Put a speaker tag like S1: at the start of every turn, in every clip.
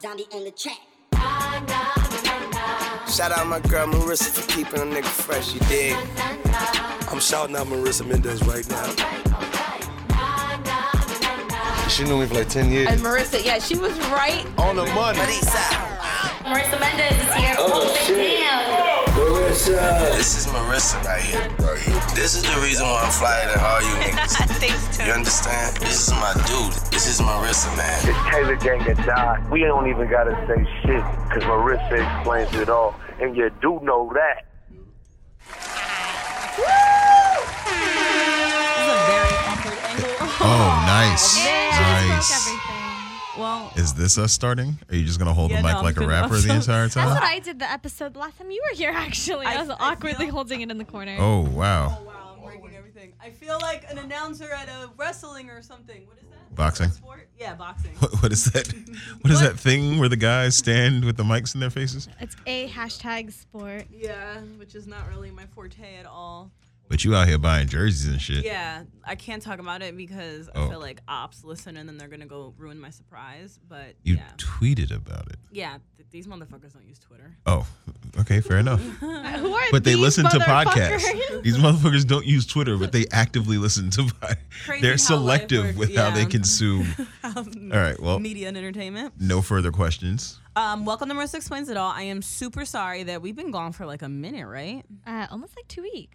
S1: zombie on the track.
S2: Shout out my girl Marissa for keeping a nigga fresh, you dig?
S3: I'm shouting out Marissa Mendez right now. She knew me for like 10 years.
S4: And Marissa, yeah, she was right.
S3: On the money.
S5: Marissa Mendez is here. Oh, shit.
S2: Marissa. This is Marissa right here. Right here. This is the reason why I'm flyer than all you niggas.
S6: Thanks,
S2: You understand? This is my dude. This is Marissa, man.
S7: It's Taylor Gang that died. We don't even gotta say shit, cause Marissa explains it all. And you do know that.
S4: This is a very awkward angle.
S8: Oh, nice. nice.
S4: Well,
S8: Is this us starting? Are you just gonna hold
S4: Yeah,
S8: the mic
S4: no, I'm
S8: like a
S4: gonna-
S8: rapper the entire
S5: That's
S8: time?
S5: what I did the episode last time you were here, actually. I,
S4: I-
S5: was
S4: I
S5: awkwardly
S4: feel-
S5: holding it in the corner.
S8: Oh wow.
S9: Wow, I'm breaking everything. I feel like an announcer at a wrestling or something. What is that?
S8: Boxing.
S9: Sport? Yeah, boxing.
S8: What, what is that? What is that thing where the guys stand with the mics in their faces?
S5: It's a hashtag sport.
S9: Yeah, which is not really my forte at all.
S8: But you out here buying jerseys and shit.
S9: Yeah, I can't talk about it because
S8: Oh.
S9: I feel like ops listen and then they're gonna go ruin my surprise. But
S8: You
S9: yeah,
S8: tweeted about it.
S9: yeah, th- these motherfuckers don't use Twitter.
S8: Oh, okay, fair enough.
S5: Who are
S8: But they
S5: these
S8: listen to
S5: motherfuckers?
S8: podcasts. These motherfuckers don't use Twitter, but they actively listen to. pod-
S9: Crazy how
S8: They're
S9: life
S8: selective
S9: works,
S8: with how they
S9: yeah.
S8: consume. All right, well,
S9: Um, Media and entertainment.
S8: no further questions.
S9: Um, welcome to Marissa Explains It All. I am super sorry that we've been gone for like a minute, right? Um,
S5: Uh, almost like two weeks.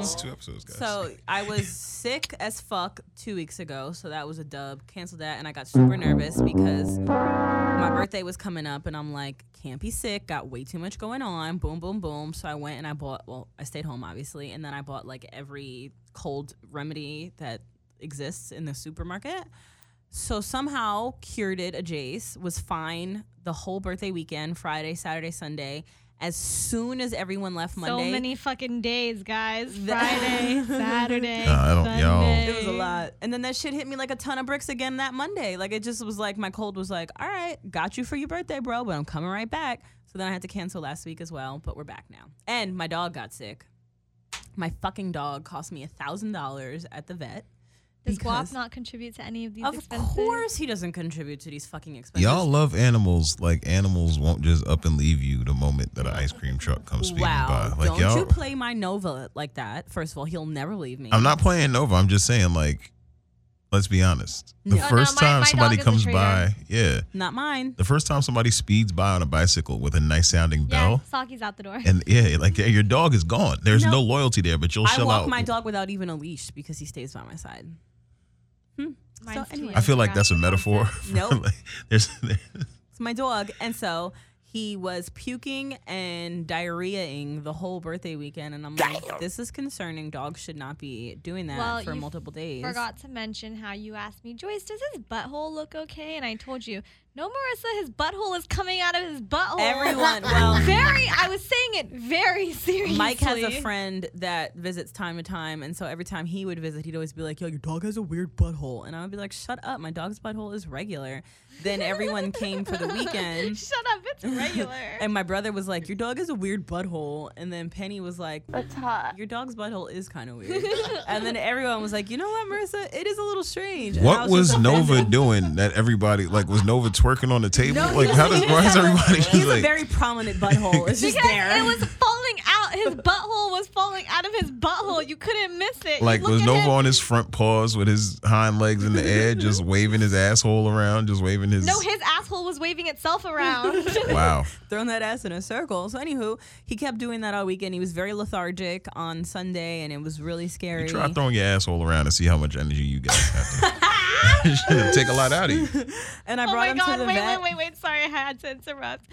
S8: It's two episodes, guys.
S9: So I was sick as fuck two weeks ago, so that was a dub. Canceled that, and I got super nervous because my birthday was coming up, and I'm like, can't be sick. Got way too much going on. Boom, boom, boom. So I went and I bought. Well, I stayed home obviously, and then I bought like every cold remedy that exists in the supermarket. So somehow cured it. A Jace was fine the whole birthday weekend, Friday, Saturday, Sunday. As soon as everyone left Monday,
S5: So many fucking days, guys.
S9: The-
S5: Friday, Saturday,
S8: Nah, I don't-
S5: Sunday.
S8: y'all-
S9: It was a lot. And then that shit hit me like a ton of bricks again that Monday. Like it just was like my cold was like, all right, got you for your birthday, bro, but I'm coming right back. So then I had to cancel last week as well, but we're back now. And my dog got sick. My fucking dog cost me a thousand dollars at the vet.
S5: Does
S9: because-
S5: Guap not contribute to any of these
S9: Of
S5: expenses?
S9: course he doesn't contribute to these fucking expenses.
S8: Y'all love animals like animals won't just up and leave you the moment that an ice cream truck comes speeding
S9: Wow.
S8: by. Like
S9: Don't
S8: y'all,
S9: you play my Nova like that. First of all, he'll never leave me.
S8: I'm not playing Nova. I'm just saying, like, let's be honest. The
S9: No. Oh, no,
S8: first
S5: my-
S8: time
S5: my
S8: somebody
S5: dog is a
S8: comes
S5: traitor.
S8: by, yeah,
S9: Not mine.
S8: the first time somebody speeds by on a bicycle with a nice sounding
S5: Yeah,
S8: bell,
S5: Saki's out the door.
S8: and yeah, like yeah, your dog is gone. There's no,
S9: No.
S8: loyalty there, but you'll
S9: I
S8: shell
S9: walk
S8: out.
S9: my dog without even a leash because he stays by my side.
S5: Mine's
S9: anyway.
S5: too
S8: I feel like that's a
S5: abstract.
S8: metaphor. for,
S9: Nope.
S8: like, there's,
S9: It's my dog. And so he was puking and diarrheaing the whole birthday weekend. And I'm like, this is concerning. Dogs should not be doing that
S5: Well,
S9: for
S5: you
S9: multiple days.
S5: Forgot to mention how you asked me, Joyce, does his butthole look okay? And I told you, no, Marissa, his butthole is coming out of his butthole.
S9: Everyone, well-
S5: very. I was saying it very seriously.
S9: Mike has a friend that visits time to time. And so every time he would visit, he'd always be like, yo, your dog has a weird butthole. And I would be like, shut up. My dog's butthole is regular. Then everyone came for the weekend.
S5: Shut up, it's regular.
S9: And my brother was like, Your dog has a weird butthole. And then Penny was like, That's hot. Your dog's butthole is kind of weird. and then everyone was like, You know what, Marissa? It is a little strange. And I
S8: what was
S9: just
S8: Nova
S9: offended.
S8: doing that everybody like? Was Nova twerking on the table?
S9: No,
S8: like,
S9: he
S8: how
S9: was-
S8: does
S9: he
S8: why
S9: was
S8: is
S9: having-
S8: everybody
S9: He
S8: just
S9: has a
S8: like?
S9: very prominent butthole. It's just
S5: because
S9: there.
S5: it was falling out. His butthole was falling out of his butthole. You couldn't miss it.
S8: like
S5: you look
S8: was
S5: at
S8: Nova
S5: him-
S8: on his front paws with his hind legs in the air, just waving his asshole around, just waving his.
S5: No, his asshole was waving itself around.
S8: wow.
S9: throwing that ass in a circle. So, anywho, he kept doing that all weekend. He was very lethargic on Sunday, and it was really scary.
S8: Try throwing your asshole around and see how much energy you got. after. Shit, take a lot out of you.
S9: And I
S5: oh
S9: brought
S5: my
S9: him
S5: god!
S9: to the
S5: wait,
S9: vet.
S5: wait, wait, wait! Sorry, I had to interrupt.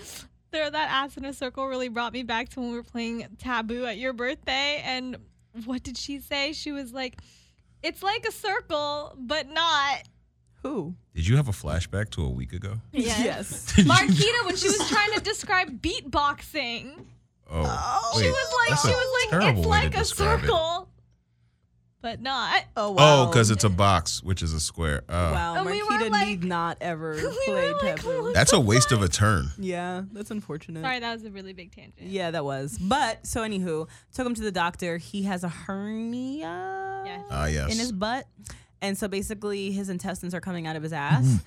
S5: Throw that ass in a circle really brought me back to when we were playing Taboo at your birthday. And what did she say? She was like, "It's like a circle, but not."
S9: Who?
S8: Did you have a flashback to a week ago?
S5: Yes.
S9: yes.
S5: Marquita, when she was trying to describe beatboxing,
S8: Oh,
S5: she
S8: wait,
S5: was like,
S8: that's
S5: she
S8: a
S5: was like,
S8: terrible
S5: "It's
S8: way to
S5: like a
S8: describe it."
S5: circle, but not."
S9: Oh,
S8: Oh,
S9: wow.
S8: because it's a box, which is a square. Oh.
S9: Wow,
S5: And we were
S9: Marquita
S5: like-
S9: need not ever
S5: we
S9: play
S5: were like,
S9: taboo.
S5: "What
S8: That's a waste of a turn.
S9: Yeah, that's unfortunate.
S5: Sorry, that was a really big tangent.
S9: Yeah, that was. But so, anywho, took him to the doctor. He has a hernia
S5: Yes.
S8: Ah, yes.
S9: in his butt, and so basically, his intestines are coming out of his ass.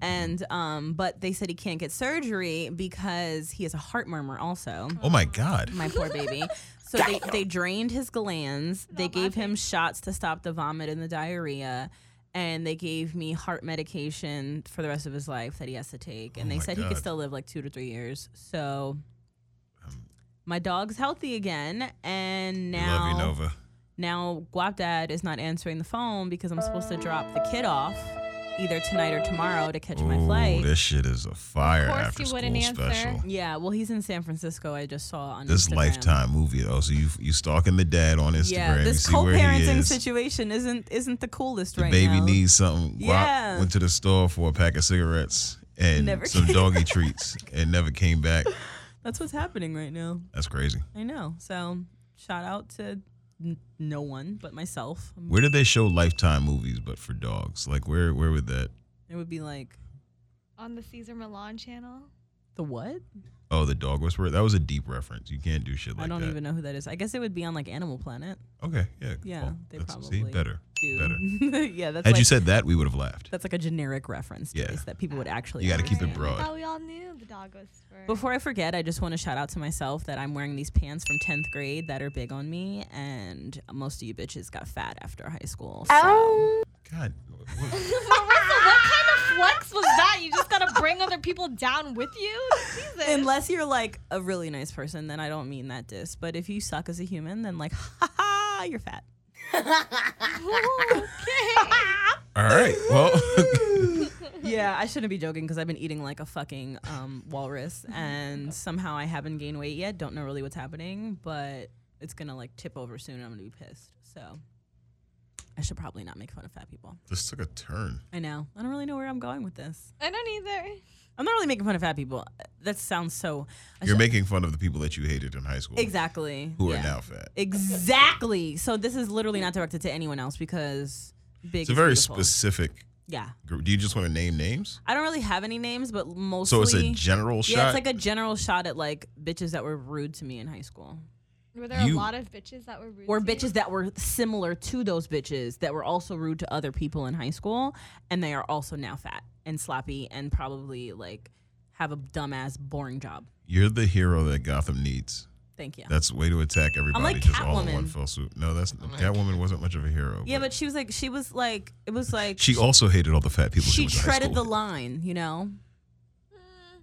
S9: And um, but they said he can't get surgery because he has a heart murmur also.
S8: Oh my God.
S9: My poor baby. So they, they drained his glands. They gave him shots to stop the vomit and the diarrhea. And they gave me heart medication for the rest of his life that he has to take. And
S8: Oh
S9: they
S8: my
S9: said he could
S8: God.
S9: still live like two to three years. So my dog's healthy again. And
S8: Um, We
S9: now
S8: love you, Nova.
S9: now Guap Dad is not answering the phone because I'm supposed to drop the kid off either tonight or tomorrow to catch my
S8: Ooh,
S9: flight.
S8: this shit is a fire
S5: course
S8: after
S5: you
S8: school
S5: wouldn't answer.
S8: special.
S9: Yeah, well, he's in San Francisco. I just saw on
S8: This
S9: Instagram.
S8: lifetime movie though. So you you stalking the dad on Instagram.
S9: Yeah, this
S8: you see where he
S9: co-parenting
S8: is.
S9: situation isn't isn't the coolest
S8: The
S9: right
S8: baby
S9: now.
S8: needs something. Guap
S9: Yeah.
S8: went to the store for a pack of cigarettes and
S9: Never
S8: some
S9: came
S8: doggy treats and never came back.
S9: That's what's happening right now.
S8: That's crazy.
S9: I know. So shout out to n- no one but myself.
S8: Where did they show Lifetime movies but for dogs? Like where where would that?
S9: It would be like
S5: on the Caesar Milan channel.
S9: the what?
S8: Oh, the dog whisperer. That was a deep reference. You can't do shit like
S9: I don't
S8: that.
S9: even know who that is. I guess it would be on like Animal Planet.
S8: Okay, yeah.
S9: Yeah,
S8: cool.
S9: they
S8: That's- see,
S9: probably
S8: better,
S9: Dude.
S8: better.
S9: yeah, that's
S8: Had
S9: like
S8: you said that, we would have laughed.
S9: that's like a generic reference
S8: Yeah.
S9: yeah. that people would actually.
S8: You got to keep it
S9: understand.
S5: I
S8: broad.
S5: thought Oh, we all knew the dog was for.
S9: Before I forget, I just want to shout out to myself that I'm wearing these pants from 10th grade that are big on me, and most of you bitches got fat after high school. So.
S8: God, what-
S5: what kind of flex was that? You just gotta bring other people down with you? Jesus.
S9: Unless you're like a really nice person, then I don't mean that diss. But if you suck as a human, then like, ha ha, you're fat.
S8: all right. Well,
S9: Yeah, I shouldn't be joking because I've been eating like a fucking um, walrus, and somehow I haven't gained weight yet. Don't know really what's happening, but it's gonna like tip over soon, and I'm gonna be pissed. So I should probably not make fun of fat people.
S8: this took a turn.
S9: I know. I don't really know where I'm going with this.
S5: I don't either.
S9: I'm not really making fun of fat people. That sounds so. I
S8: You're
S9: should-
S8: making fun of the people that you hated in high school,
S9: exactly
S8: who are
S9: yeah.
S8: now fat.
S9: Exactly. So this is literally not directed to anyone else because big.
S8: It's a
S9: is
S8: very
S9: beautiful.
S8: specific
S9: Yeah,
S8: group. Do you just want to name names?
S9: I don't really have any names, but mostly.
S8: So it's a general shot.
S9: Yeah, it's like a general shot at like bitches that were rude to me in high school,
S5: Were there
S8: You-
S5: a lot of bitches that were rude?
S9: or
S5: to you?
S9: bitches that were similar to those bitches that were also rude to other people in high school, and they are also now fat and sloppy and probably like have a dumbass boring job.
S8: You're the hero that Gotham needs.
S9: Thank you.
S8: That's the way to attack everybody
S9: like
S8: just all in one
S9: Catwoman.
S8: fell swoop. No, that's Catwoman wasn't much of a hero.
S9: yeah, but she was like, she was like, it was like
S8: she also hated all the fat people. She,
S9: she
S8: went to high
S9: treaded the
S8: school with.
S9: line, you know.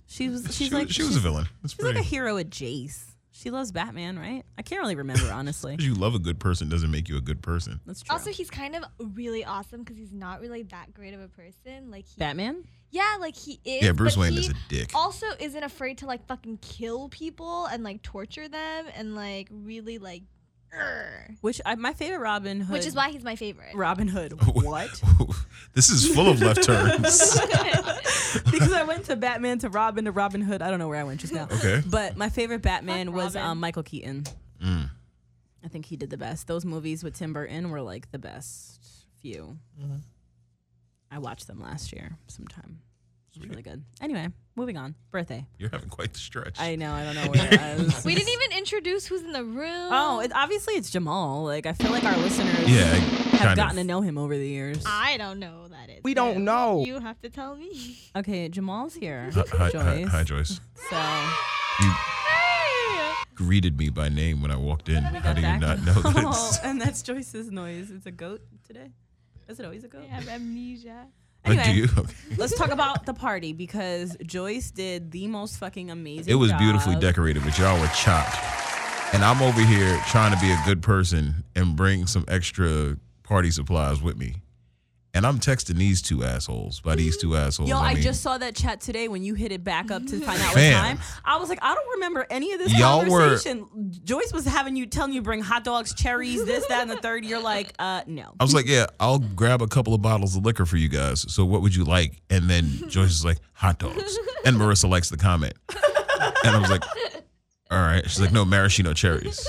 S9: She was. She's
S8: She, was-
S9: like.
S8: she was a
S9: she's-
S8: villain. That's
S9: She's like
S8: pretty.
S9: a hero at Jace. She loves Batman, right? I can't really remember honestly.
S8: Because you love a good person doesn't make you a good person.
S9: That's true.
S5: Also, he's kind of really awesome because he's not really that great of a person. Like, he,
S9: Batman.
S5: yeah, like he is.
S8: Yeah, Bruce
S5: but
S8: Wayne
S5: he
S8: is a dick.
S5: Also, isn't afraid to like fucking kill people and like torture them and like really like, err.
S9: Which I, my favorite Robin Hood.
S5: which is why he's my favorite.
S9: Robin Hood. What?
S8: this is full of left turns.
S9: because I went to Batman to Robin to Robin Hood. I don't know where I went just now.
S8: Okay.
S9: But my favorite Batman
S5: Fuck
S9: was
S5: Robin.
S9: um, Michael Keaton.
S8: Mm.
S9: I think he did the best. Those movies with Tim Burton were like the best few.
S5: Mm-hmm.
S9: I watched them last year sometime. It was really good. Anyway, moving on. Birthday.
S8: You're having quite the stretch.
S9: I know. I don't know where I was.
S5: We didn't even introduce who's in the room.
S9: Oh, it, obviously it's Jamal. Like I feel like our listeners
S8: yeah, I
S9: have
S8: kind
S9: gotten to
S8: of.
S9: know him over the years.
S5: I don't know who that is.
S1: We don't know.
S5: You have to tell me.
S9: Okay, Jamal's here.
S8: Hi, hi,
S9: Joyce.
S8: hi, Joyce.
S9: So
S8: You greeted me by name when I walked in. How do you
S9: back-
S8: not know
S9: Oh,
S8: that?
S9: and that's Joyce's noise. It's a goat today. Is it always a goat?
S5: I have amnesia.
S8: But do
S9: Oh, Anyway.
S8: you? Okay.
S9: Let's talk about the party because Joyce did the most fucking amazing.
S8: It was beautifully
S9: job.
S8: decorated, but y'all were chopped. And I'm over here trying to be a good person and bring some extra party supplies with me. And I'm texting these two assholes. By these two assholes,
S9: Yo, I,
S8: mean,
S9: just saw that chat today when you hit it back up to find out what
S8: Fam.
S9: time. I was like, I don't remember any of this
S8: Y'all were-
S9: conversation. Joyce was having you telling you bring hot dogs, cherries, this, that, and the third. You're like, uh, no.
S8: I was like, yeah, I'll grab a couple of bottles of liquor for you guys. So what would you like? And then Joyce is like, hot dogs. And Marissa likes the comment. And I was like, all right. She's like, no, maraschino cherries.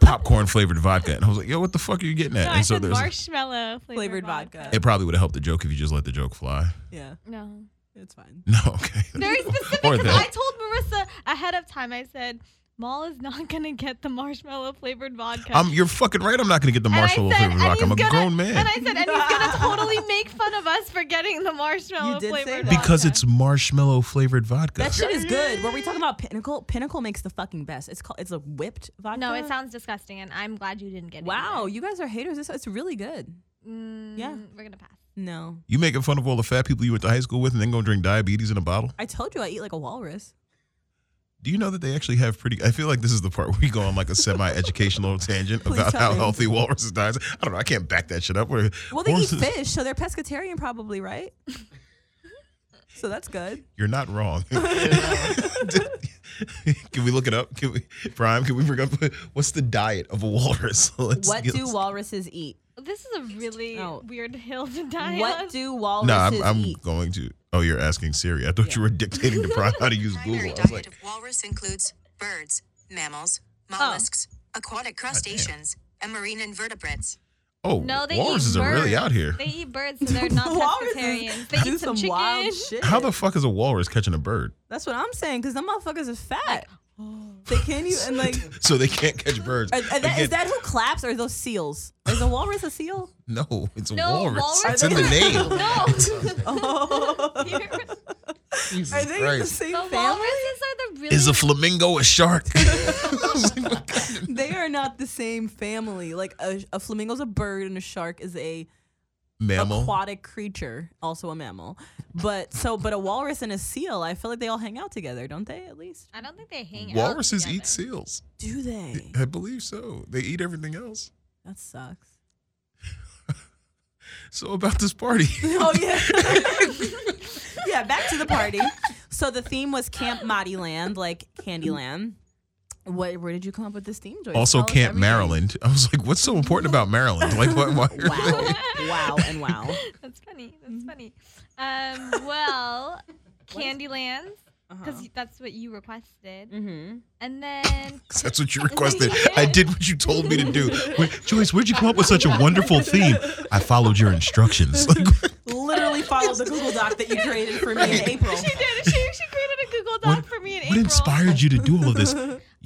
S8: Popcorn flavored vodka. And I was like, yo, what the fuck are you getting at?
S5: No, I
S8: and so
S5: said
S8: there's
S5: marshmallow flavored,
S9: Flavored vodka.
S8: it probably would have helped the joke if you just let the joke fly.
S9: Yeah,
S5: No.
S9: it's fine.
S8: No, okay.
S5: Very specific.
S8: Or
S5: 'cause I
S8: that.
S5: told Marissa ahead of time. I said, Maul is not gonna get the marshmallow flavored vodka.
S8: I'm, you're fucking right. I'm not going to get the
S5: And I
S8: marshmallow
S5: said-
S8: flavored
S5: and
S8: rock.
S5: he's
S8: I'm a
S5: gonna-
S8: grown man.
S5: And I said, and he's gonna totally make fun of us for getting the marshmallow
S9: did say that.
S5: flavored vodka.
S8: because it's marshmallow flavored vodka.
S9: That shit is good. Were we talking about Pinnacle? Pinnacle makes the fucking best. It's called. It's a whipped vodka.
S5: no, it sounds disgusting, and I'm glad you didn't get it.
S9: Wow, you guys are haters. This it's really good.
S5: Mm,
S9: Yeah.
S5: we're gonna pass.
S9: No,
S8: you making fun of all the fat people you went to high school with and then going to drink diabetes in a bottle?
S9: I told you I eat like a walrus.
S8: Do you know that they actually have pretty? I feel like this is the part where we go on like a semi-educational tangent
S9: Please
S8: about
S9: tell
S8: how
S9: me.
S8: healthy walruses die. I don't know. I can't back that shit up. Where
S9: Well, they eat
S8: walruses-
S9: fish, so they're pescatarian probably, right? so that's good.
S8: You're not wrong. can we look it up? Can we, Prime? Can we bring up what's the diet of a walrus? Let's-
S9: What do
S8: let's-
S9: walruses eat?
S5: This is a really
S9: Oh.
S5: weird hill to die on.
S9: What do walruses
S8: No, I'm, I'm
S9: eat?
S8: going to. Oh, you're asking Siri. I thought you were dictating to Prime how to use
S1: primary
S8: Google. I was
S1: diet
S8: like,
S1: of walrus includes birds, mammals, mollusks, aquatic crustaceans, and marine invertebrates.
S8: oh,
S5: No, they
S8: walruses
S5: eat
S8: are really
S5: birds.
S8: out here.
S5: They eat birds, so they're not
S9: Walruses
S5: pescatarians. They
S9: do
S5: eat some,
S9: some wild
S5: chicken.
S9: shit.
S8: How the fuck is a walrus catching a bird?
S9: That's what I'm saying, because them motherfuckers is fat. They can't even and like.
S8: So they can't catch birds.
S9: Are, are that,
S8: Again,
S9: is that who claps? Or are those seals? Is a walrus a seal?
S8: no, it's a
S5: No,
S8: walrus.
S5: walrus-
S8: It's in the name.
S5: No,
S9: Oh.
S8: Jesus
S9: Are they in the
S8: Christ.
S9: same
S5: the
S9: family?
S5: walruses are the really
S8: Is a flamingo a shark?
S9: They are not the same family. Like a, a flamingo's a bird and a shark is a
S8: Mammal.
S9: aquatic creature, also a mammal. But so, but a walrus and a seal, I feel like they all hang out together, don't they? At least
S5: I don't think they hang out.
S8: Walruses
S5: together.
S8: eat seals.
S9: do they?
S8: I believe so. They eat everything else.
S9: That sucks.
S8: So about this party.
S9: Oh yeah. yeah, back to the party. So the theme was Camp Madi Land, like Candyland. What? Where did you come up with this theme, Joyce?
S8: also,
S9: Tell us
S8: Camp
S9: everything.
S8: Maryland. I was like, what's so important about Maryland? Like, why? why are
S9: Wow, wow, and wow.
S5: That's funny. That's funny. Um, well, Candyland, because that's what you requested,
S9: Mm-hmm.
S5: and then
S8: That's what you requested. I did what you told me to do. Wait, Joyce, where'd you come up with such a wonderful theme? I followed your instructions. Like,
S9: Literally followed the Google Doc that you created for me in April.
S5: she did. She, she created a Google Doc
S8: what,
S5: for me in
S8: what
S5: April.
S8: inspired you to do all of this?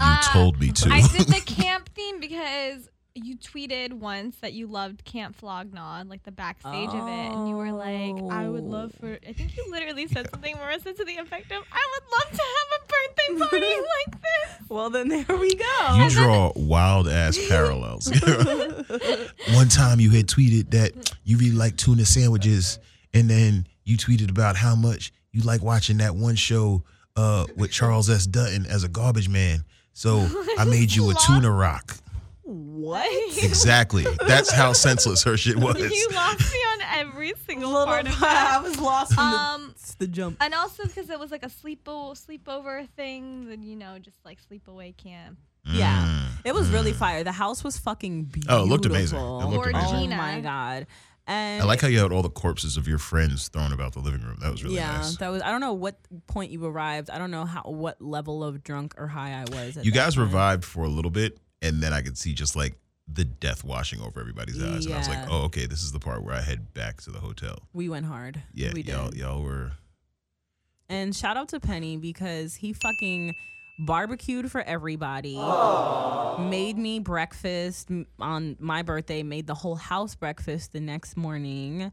S8: You
S5: Uh,
S8: told me to.
S5: I did the camp theme because you tweeted once that you loved Camp Flognaw, like the backstage of it, and you were like, "I would love for." I think you literally said something, Marissa, to the effect of, "I would love to have a birthday party like this."
S9: Well, then there we go.
S8: you draw wild ass parallels. One time you had tweeted that you really like tuna sandwiches, and then you tweeted about how much you like watching that one show uh, with Charles S. Dutton as a garbage man. So I made you a tuna rock.
S9: What?
S8: Exactly. That's how senseless her shit was.
S5: You lost me on every single
S9: Little
S5: part of
S9: pie, I
S5: that.
S9: was lost in
S5: Um,
S9: the, the jump.
S5: and also because it was like a sleepo- sleepover thing, then you know, just like sleepaway camp.
S8: Mm.
S9: Yeah. It was really fire. The house was fucking beautiful.
S8: Oh, it looked amazing. It looked
S5: amazing.
S9: Oh my god. And
S8: Mm. I like how you had all the corpses of your friends thrown about the living room. That was really
S9: yeah,
S8: nice.
S9: that was. I don't know what point you arrived. I don't know how what level of drunk or high I was. At
S8: You
S9: that
S8: guys
S9: time.
S8: revived for a little bit, and then I could see just like the death washing over everybody's eyes, and I was like,
S9: Yeah.
S8: "Oh, okay, this is the part where I head back to the hotel."
S9: We went hard.
S8: Yeah,
S9: we did.
S8: y'all, y'all were.
S9: And shout out to Penny because he fucking barbecued for everybody. Made me breakfast m- on my birthday, made the whole house breakfast the next morning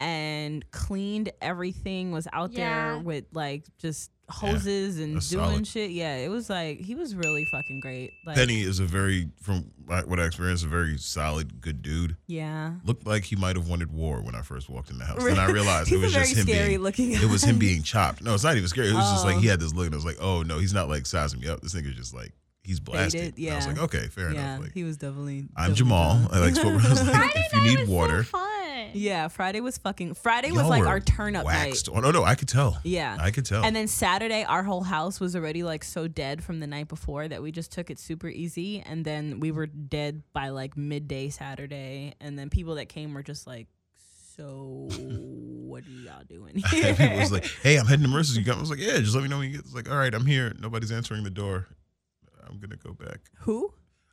S9: and cleaned everything, was out
S5: Yeah.
S9: there with like just hoses and doing
S8: that's solid.
S9: shit. Yeah, it was like he was really fucking great. Like
S8: Penny is a very, from like what I experienced, a very solid, good dude.
S9: Yeah.
S8: Looked like he might have wanted war when I first walked in the house. Then I realized it
S9: He's a
S8: was
S9: very
S8: just him
S9: scary
S8: being.
S9: looking
S8: It was him being chopped. No, it's not even scary. It was just like
S9: Oh.
S8: he had this look, and I was like, "Oh no, he's not like sizing me up. This nigga's just like he's blasted." And I was
S9: yeah.
S8: like, "Okay, fair
S9: Yeah,
S8: enough." Like,
S9: he was definitely
S8: I'm
S9: definitely
S8: Jamal.
S9: done.
S8: I like spoke. I was like, "If you need water,
S5: So fun.
S9: Yeah, Friday was fucking Friday was
S8: Y'all
S9: like
S8: were
S9: our turn up night.
S8: waxed. Oh no, no, I could tell.
S9: Yeah.
S8: I could tell.
S9: And then Saturday, our whole house was already like so dead from the night before that we just took it super easy. And then we were dead by like midday Saturday. And then people that came were just like, so what are y'all doing here?
S8: People was like, "Hey, I'm heading to Mercer's. You got?" I was like, "Yeah, just let me know when you get." It's like, "All right, I'm here. Nobody's answering the door. I'm gonna go back."
S9: Who?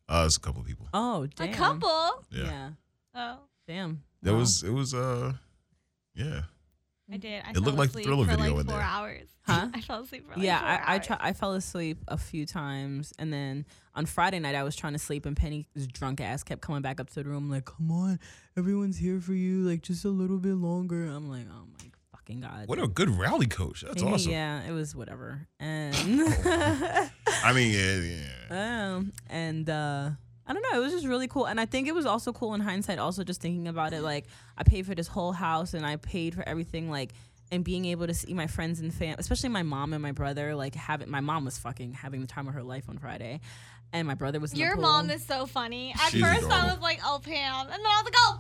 S8: Uh, it's a couple people.
S9: Oh, damn.
S5: A couple.
S8: Yeah.
S9: Yeah.
S5: Oh.
S9: Damn.
S8: That
S9: Wow.
S8: was it was uh, yeah.
S5: I did. I
S8: It looked
S5: fell
S8: like the
S5: asleep
S8: Thriller
S5: for
S8: video
S5: like
S8: in
S5: four
S8: there.
S5: hours.
S9: Huh?
S5: I fell asleep for like
S9: Yeah,
S5: four
S9: I, I
S5: hours.
S9: try, I fell asleep a few times, and then on Friday night I was trying to sleep, and Penny's drunk ass kept coming back up to the room like, "Come on, everyone's here for you, like just a little bit longer." I'm like, "Oh my fucking god!"
S8: What a good rally coach. That's
S9: Yeah,
S8: awesome. Oh.
S9: Yeah, it was whatever, and
S8: I mean, yeah, yeah.
S9: um, and uh, I don't know, it was just really cool, and I think it was also cool in hindsight. Also, just thinking about it, like I paid for this whole house, and I paid for everything, like. And being able to see my friends and fam, especially my mom and my brother, like having my mom was fucking having the time of her life on Friday, and my brother was in the
S5: Your
S9: pool.
S5: mom is so funny. At
S8: She's
S5: first, I
S8: adorable.
S5: was like, "Oh Pam," and then I was like, "Oh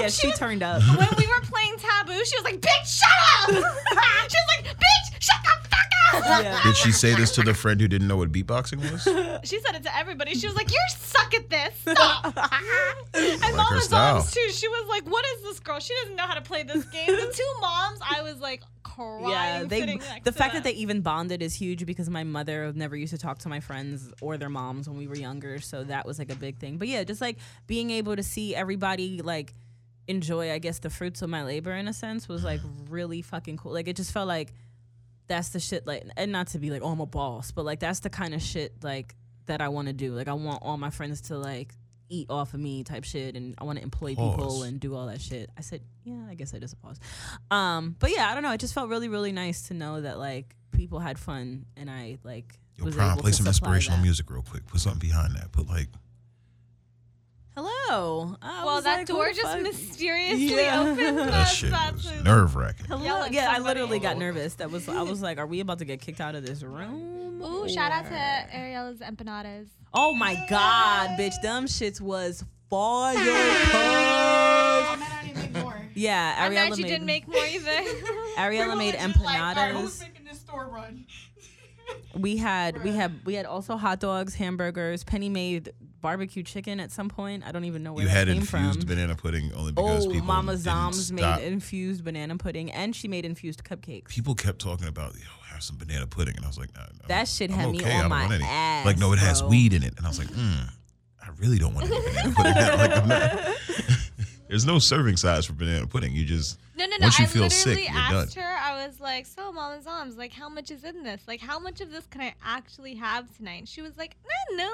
S9: yeah,
S5: She
S9: she,
S5: was-
S9: turned up.
S5: when we were playing Taboo, she was like, "Bitch, shut up!" she was like, "Bitch, shut the fuck up!"
S9: yeah.
S8: Did she say this to the friend who didn't know what beatboxing was?
S5: She said it to everybody. She was like, "You suck at this." Stop. and
S8: her
S5: mama's
S8: style.
S5: moms too. She was like, "What is this girl? She doesn't know how to play this game." The two moms, I was like crying.
S9: Yeah, they,
S5: sitting next
S9: the
S5: to
S9: fact
S5: them.
S9: that they even bonded is huge because my mother never used to talk to my friends or their moms when we were younger, so that was like a big thing. But yeah, just like being able to see everybody like enjoy, I guess, the fruits of my labor in a sense was like really fucking cool. Like it just felt like that's the shit like and not to be like, oh I'm a boss, but like that's the kind of shit like that I wanna do. Like I want all my friends to like eat off of me type shit and I wanna employ people
S8: Pause.
S9: and do all that shit. I said, Yeah, I guess I just pause. Um but yeah, I don't know. It just felt really, really nice to know that like people had fun and I like
S8: Yo,
S9: was
S8: Prime,
S9: able
S8: play
S9: to
S8: some
S9: supply
S8: inspirational
S9: that.
S8: music real quick. Put something behind that. Put like,
S9: Hello. I
S5: well,
S9: was
S5: that
S9: like, who
S5: door
S9: the
S5: just
S9: fuck-
S5: mysteriously
S9: Yeah.
S5: opened.
S8: that
S5: us.
S8: shit
S5: That's
S8: was nerve wracking.
S9: Hello.
S5: yell
S9: Yeah,
S5: at
S9: I
S5: somebody.
S9: literally got nervous. That was I was like, are we about to get kicked out of this room?
S5: Ooh, shout out
S9: or-
S5: to Ariela's empanadas.
S9: Oh my god, bitch, them shits was fire. puff. Yeah, Ariella
S5: I'm mad you
S9: made,
S5: didn't make more either.
S9: Ariella made empanadas. we had we had we had also hot dogs, hamburgers. Penny made barbecue chicken at some point. I don't even know where
S8: You
S9: that
S8: had
S9: came
S8: infused
S9: from.
S8: banana pudding only because
S9: oh,
S8: people
S9: Mama
S8: didn't
S9: Zoms
S8: stop.
S9: made infused banana pudding, and she made infused cupcakes.
S8: People kept talking about, yo, have some banana pudding, and I was like, nah, I'm-
S9: That shit
S8: I'm
S9: had me
S8: okay. I
S9: on
S8: don't
S9: my
S8: want any.
S9: ass.
S8: Like, no, it has
S9: bro.
S8: weed in it, and I was like, mm, I really don't want any banana pudding. like, I'm not- There's no serving size for banana pudding. You just
S5: No, no, no.
S8: Once you
S5: I
S8: feel
S5: literally
S8: sick, you're
S5: asked
S8: done.
S5: her, I was like, so, mom and moms, like, how much is in this? Like, how much of this can I actually have tonight? And she was like, no, no.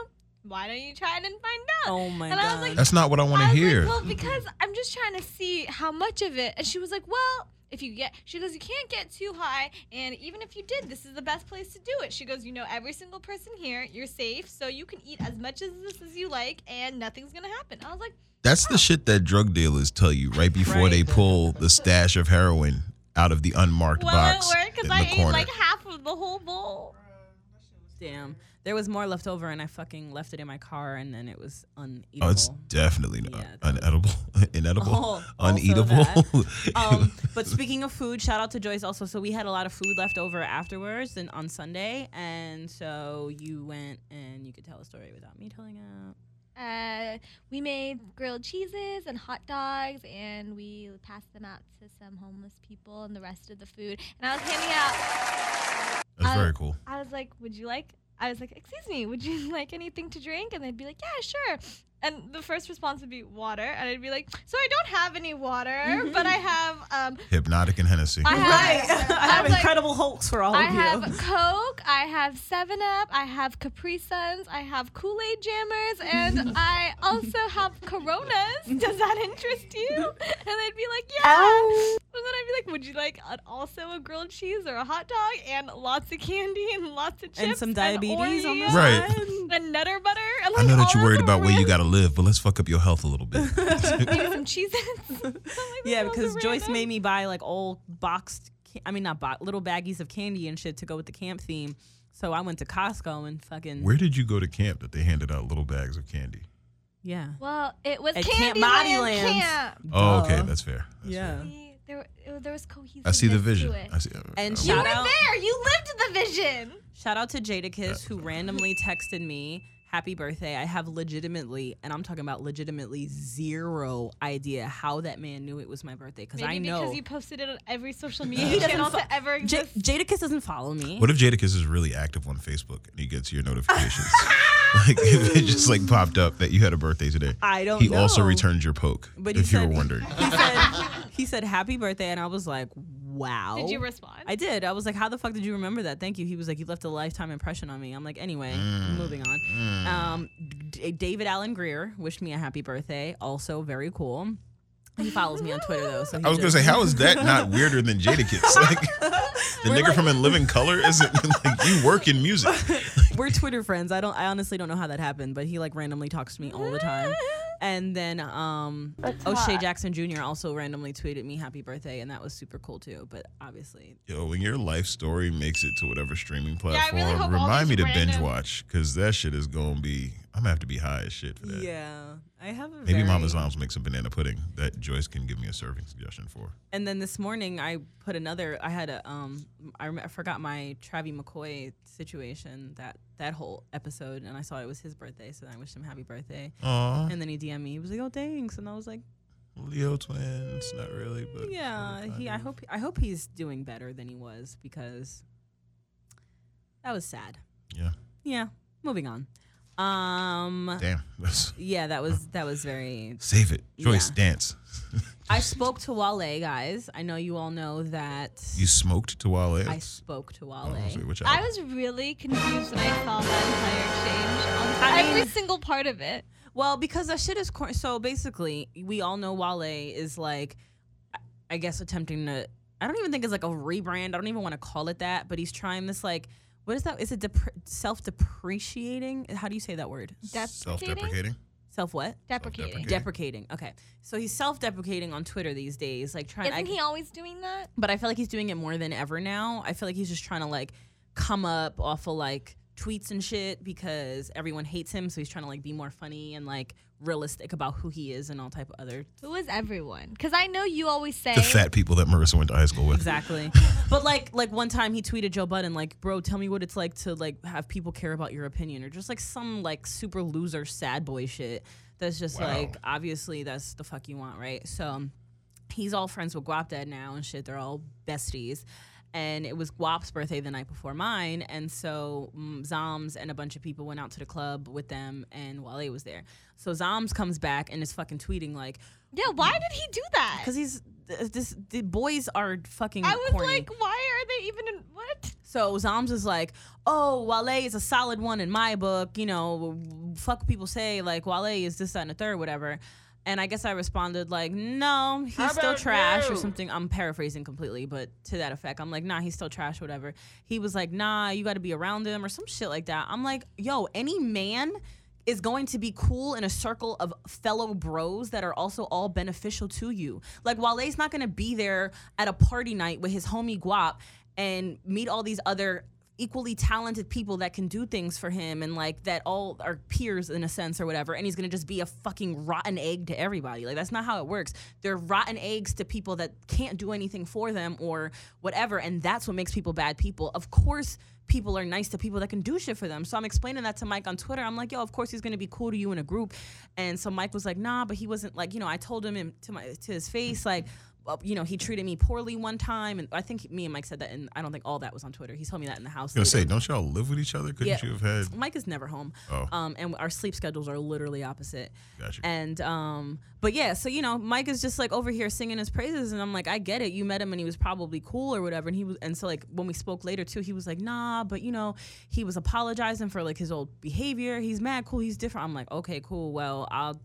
S5: Why don't you try it and find out?
S9: Oh my
S5: And I was
S9: God.
S5: like,
S8: that's not what I want
S5: I was
S8: to hear.
S5: Like, well, because I'm just trying to see how much of it. And she was like, well, if you get, she goes, you can't get too high. And even if you did, this is the best place to do it. She goes, you know, every single person here, you're safe. So you can eat as much as this as you like and nothing's going to happen. I was like,
S8: That's the shit that drug dealers tell you right before
S9: Right.
S8: they pull the stash of heroin out of the unmarked
S5: well,
S8: box
S5: it worked
S8: in
S5: because
S8: the
S5: I ate
S8: corner.
S5: like half of the whole bowl.
S9: Damn. There was more left over, and I fucking left it in my car, and then it was uneatable.
S8: oh, it's definitely not
S9: Yeah, that-
S8: unedible, inedible,
S9: Oh, also
S8: uneatable.
S9: um, but speaking of food, shout out to Joyce also. So we had a lot of food left over afterwards and on Sunday, and so you went and you could tell a story without me telling it.
S5: Uh, we made grilled cheeses and hot dogs, and we passed them out to some homeless people and the rest of the food. And I was handing out,
S8: That's
S5: I-
S8: very cool.
S5: I was like, "Would you like?" I was like, "Excuse me, would you like anything to drink?" And they'd be like, "Yeah, sure." And the first response would be water, and I'd be like, "So I don't have any water,
S9: Mm-hmm.
S5: but I have um,
S8: Hypnotic and Hennessy.
S5: I have,
S9: I
S5: I
S9: have
S5: was like,
S9: incredible hulks for all
S5: I
S9: of you.
S5: have Coke, I have 7 Up, I have Capri Suns, I have Kool Aid Jammers, and I also have Coronas. Does that interest you? And they'd be like, Yeah. And then I'd be like, Would you like an, also a grilled cheese or a hot dog and lots of candy and lots of chips
S9: and some diabetes on the
S5: Oreos
S8: Right.
S9: side.
S5: And nutter butter. And
S8: I
S5: like
S8: know
S5: all
S8: that you're
S5: of
S8: worried
S5: the
S8: about where you
S5: ran-
S8: gotta live, but let's fuck up your health a little bit.
S5: maybe some cheeses. I'm like,
S9: Yeah,
S5: "Those are
S9: because Joyce
S5: random."
S9: made me buy like old boxed, ca- I mean not box, little baggies of candy and shit to go with the camp theme. So I went to Costco and fucking
S8: Where did you go to camp that they handed out little bags of candy?
S9: yeah.
S5: Well, it was
S9: At Camp
S5: Candy
S9: Bodylands.
S5: Camp.
S8: Oh,
S9: Duh.
S8: okay, that's fair. That's
S9: yeah.
S8: fair.
S5: See, There, it- there was cohesiveness
S8: I see the
S5: to
S8: vision.
S5: it.
S8: I see. uh,
S9: And
S8: I-
S9: shout
S5: You were
S9: out-
S5: there. You lived the vision.
S9: Shout out to Jadakiss who randomly texted me, "Happy birthday!" I have legitimately, and I'm talking about legitimately zero idea how that man knew it was my birthday because
S5: Maybe
S9: I know
S5: because you posted it on every social media channel
S9: fo-
S5: that ever
S9: J-
S5: exists.
S9: Jadakiss doesn't follow me.
S8: What if Jadakiss is really active on Facebook and he gets your notifications? like if it just like popped up that you had a birthday today.
S9: I don't
S8: He also
S9: know.
S8: returned your poke,
S9: But he
S8: if you were
S9: said-
S8: wondering.
S9: He said, he said happy birthday, and I was like, wow.
S5: Did you respond?
S9: I did. I was like, how the fuck did you remember that? Thank you. He was like, you left a lifetime impression on me. I'm like, anyway,
S8: Mm.
S9: moving on. Um, D- David Allen Greer wished me a happy birthday. Also very cool. He follows me on Twitter though. So
S8: I was gonna say, how is that not weirder than Jadakiss? Like the nigga from In Living Color isn't like you work in music.
S9: we're Twitter friends. I don't. I honestly don't know how that happened, but he like randomly talks to me all the time. And then um, O'Shea Jackson Jr. also randomly tweeted me happy birthday, and that was super cool too. But obviously,
S8: Yo, when your life story makes it to whatever streaming
S5: I
S8: platform,
S5: really hope all
S8: remind me
S5: these
S8: to binge
S5: random-
S8: watch because that shit is gonna be. I'm gonna have to be high as shit for that.
S9: yeah, I have a
S8: Maybe
S9: very-
S8: Mama's Moms make some banana pudding that Joyce can give me a serving suggestion for.
S9: And then this morning I put another. I had a um. I, rem- I forgot my Travie McCoy situation that that whole episode, and I saw it was his birthday, so I wished him happy birthday.
S8: Aw,
S9: And then he DM'd me. He was like, "Oh, thanks," and I was like,
S8: Leo twins, not really, but
S9: Yeah, he. I hope. I hope he's doing better than he was because that was sad.
S8: Yeah,
S9: Yeah. Moving on. Um.
S8: damn, That's-
S9: Yeah, that was that was very.
S8: save it, Joyce.
S9: Yeah.
S8: Dance.
S9: I spoke to Wale, guys. I know you all know that.
S8: You smoked to Wale. Oh,
S9: I spoke to Wale.
S8: which
S5: I
S8: album?
S5: was really confused when I saw that entire exchange. on-
S9: I
S5: Every
S9: mean-
S5: single part of it.
S9: Well, because that shit is cor- so basically, we all know Wale is like, I- I guess attempting to. I don't even think it's like a rebrand. I don't even want to call it that. But he's trying this like, what is that? Is it depre- self depreciating? How do you say that word?
S8: Self-deprecating.
S9: Self what?
S5: Deprecating.
S8: Self-deprecating.
S9: Deprecating. Okay, so he's self deprecating on Twitter these days, like trying.
S5: Isn't
S9: I,
S5: he always doing that?
S9: but I feel like he's doing it more than ever now. I feel like he's just trying to like come up off of like tweets and shit because everyone hates him, so he's trying to like be more funny and like realistic about who he is and all type of other
S5: Who is everyone? Because I know you always say
S8: The fat people that Marissa went to high school with.
S9: exactly. but like like one time he tweeted Joe Budden like, "Bro, tell me what it's like to like have people care about your opinion," or just like some like super loser sad boy shit. That's just
S8: Wow.
S9: like obviously that's the fuck you want, right? So he's all friends with Guap Dad now and shit. They're all besties. And it was Guap's birthday the night before mine. And so mm, Zoms and a bunch of people went out to the club with them, and Wale was there. So Zoms comes back and is fucking tweeting, like,
S5: Yeah, why did he do that?
S9: because he's th- this, the boys are fucking.
S5: I was
S9: corny.
S5: like, why are they even in what?
S9: So Zams is like, oh, Wale is a solid one in my book. You know, fuck what people say like Wale is this, that, and a third, whatever. And I guess I responded like, no, he's still trash or something. I'm paraphrasing completely, but to that effect, I'm like, nah, he's still trash, whatever. He was like, nah, you got to be around him or some shit like that. I'm like, yo, any man is going to be cool in a circle of fellow bros that are also all beneficial to you. Like Wale's not going to be there at a party night with his homie Guap and meet all these other equally talented people that can do things for him and like that all are peers in a sense or whatever and he's going to just be a fucking rotten egg to everybody like that's not how it works they're rotten eggs to people that can't do anything for them or whatever and that's what makes people bad people of course people are nice to people that can do shit for them. So I'm explaining that to Mike on Twitter. I'm like, yo, of course he's gonna be cool to you in a group. And so Mike was like, nah, but he wasn't like, you know, I told him in, to my to his face like. uh, You know, he treated me poorly one time, and I think me and Mike said that, and I don't think all that was on Twitter. He told me that in the house.
S8: I was
S9: later.
S8: gonna say, don't y'all live with each other? Couldn't
S9: Yeah.
S8: you have had?
S9: Mike is never home.
S8: Oh.
S9: Um, and our sleep schedules are literally opposite.
S8: Gotcha.
S9: And um, but yeah, so you know, Mike is just like over here singing his praises, and I'm like, I get it. You met him, and he was probably cool or whatever. And he was, and so like when we spoke later too, he was like, Nah, but you know, he was apologizing for like his old behavior. He's mad, cool. He's different. I'm like, okay, cool. Well, I'll.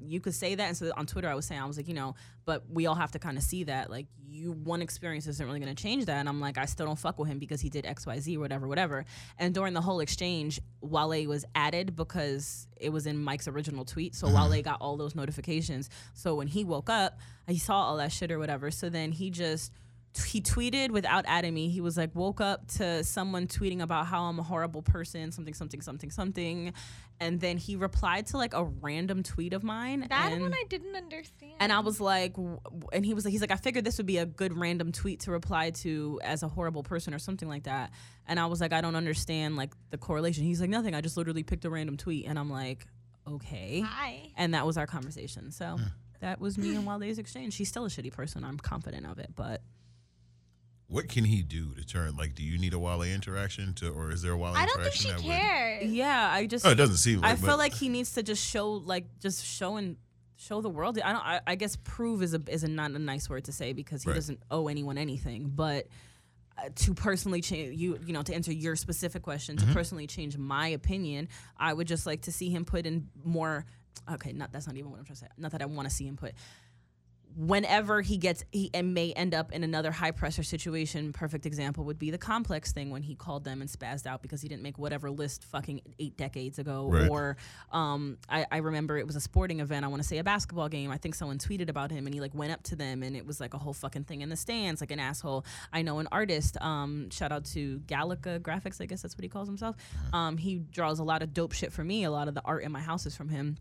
S9: You could say that, and so on Twitter, I was saying, I was like, you know, but we all have to kind of see that, like, you one experience isn't really going to change that. And I'm like, I still don't fuck with him because he did X, Y, Z, whatever, whatever. And during the whole exchange, Wale was added because it was in Mike's original tweet. So Wale got all those notifications. So when he woke up, he saw all that shit or whatever. So then he just he tweeted without adding me. He was like, woke up to someone tweeting about how I'm a horrible person, something, something, something, something. And then he replied to like a random tweet of mine.
S5: That
S9: and
S5: one I didn't understand.
S9: and I was like, w- w- and he was like, he's like, I figured this would be a good random tweet to reply to as a horrible person or something like that. And I was like, I don't understand like the correlation. He's like, nothing. I just literally picked a random tweet, and I'm like, okay.
S5: Hi.
S9: And that was our conversation. So that was me and Wale's exchange. She's still a shitty person. I'm confident of it, but
S8: What can he do to turn? Like, do you need a Wale interaction to, or is there a Wale
S5: I don't think she
S8: interaction? that would-
S5: cares.
S9: yeah, I just
S8: Oh, it doesn't seem. Like,
S9: I feel
S8: but
S9: like he needs to just show like just showing show the world. I don't. I, I guess prove is a is a not a nice word to say because he
S8: Right.
S9: doesn't owe anyone anything. But uh, to personally change you, you know, to answer your specific question,
S8: Mm-hmm.
S9: to personally change my opinion, I would just like to see him put in more. Okay, not that's not even what I'm trying to say. Not that I want to see him put. Whenever he gets, he and may end up in another high pressure situation. Perfect example would be the complex thing when he called them and spazzed out because he didn't make whatever list fucking eight decades ago
S8: Right.
S9: or or um, I, I remember it was a sporting event. I want to say a basketball game. I think someone tweeted about him, and he like went up to them, and it was like a whole fucking thing in the stands, like an asshole. I know an artist. Um, shout out to Gallica Graphics, I guess that's what he calls himself. Um, he draws a lot of dope shit for me. A lot of the art in my house is from him.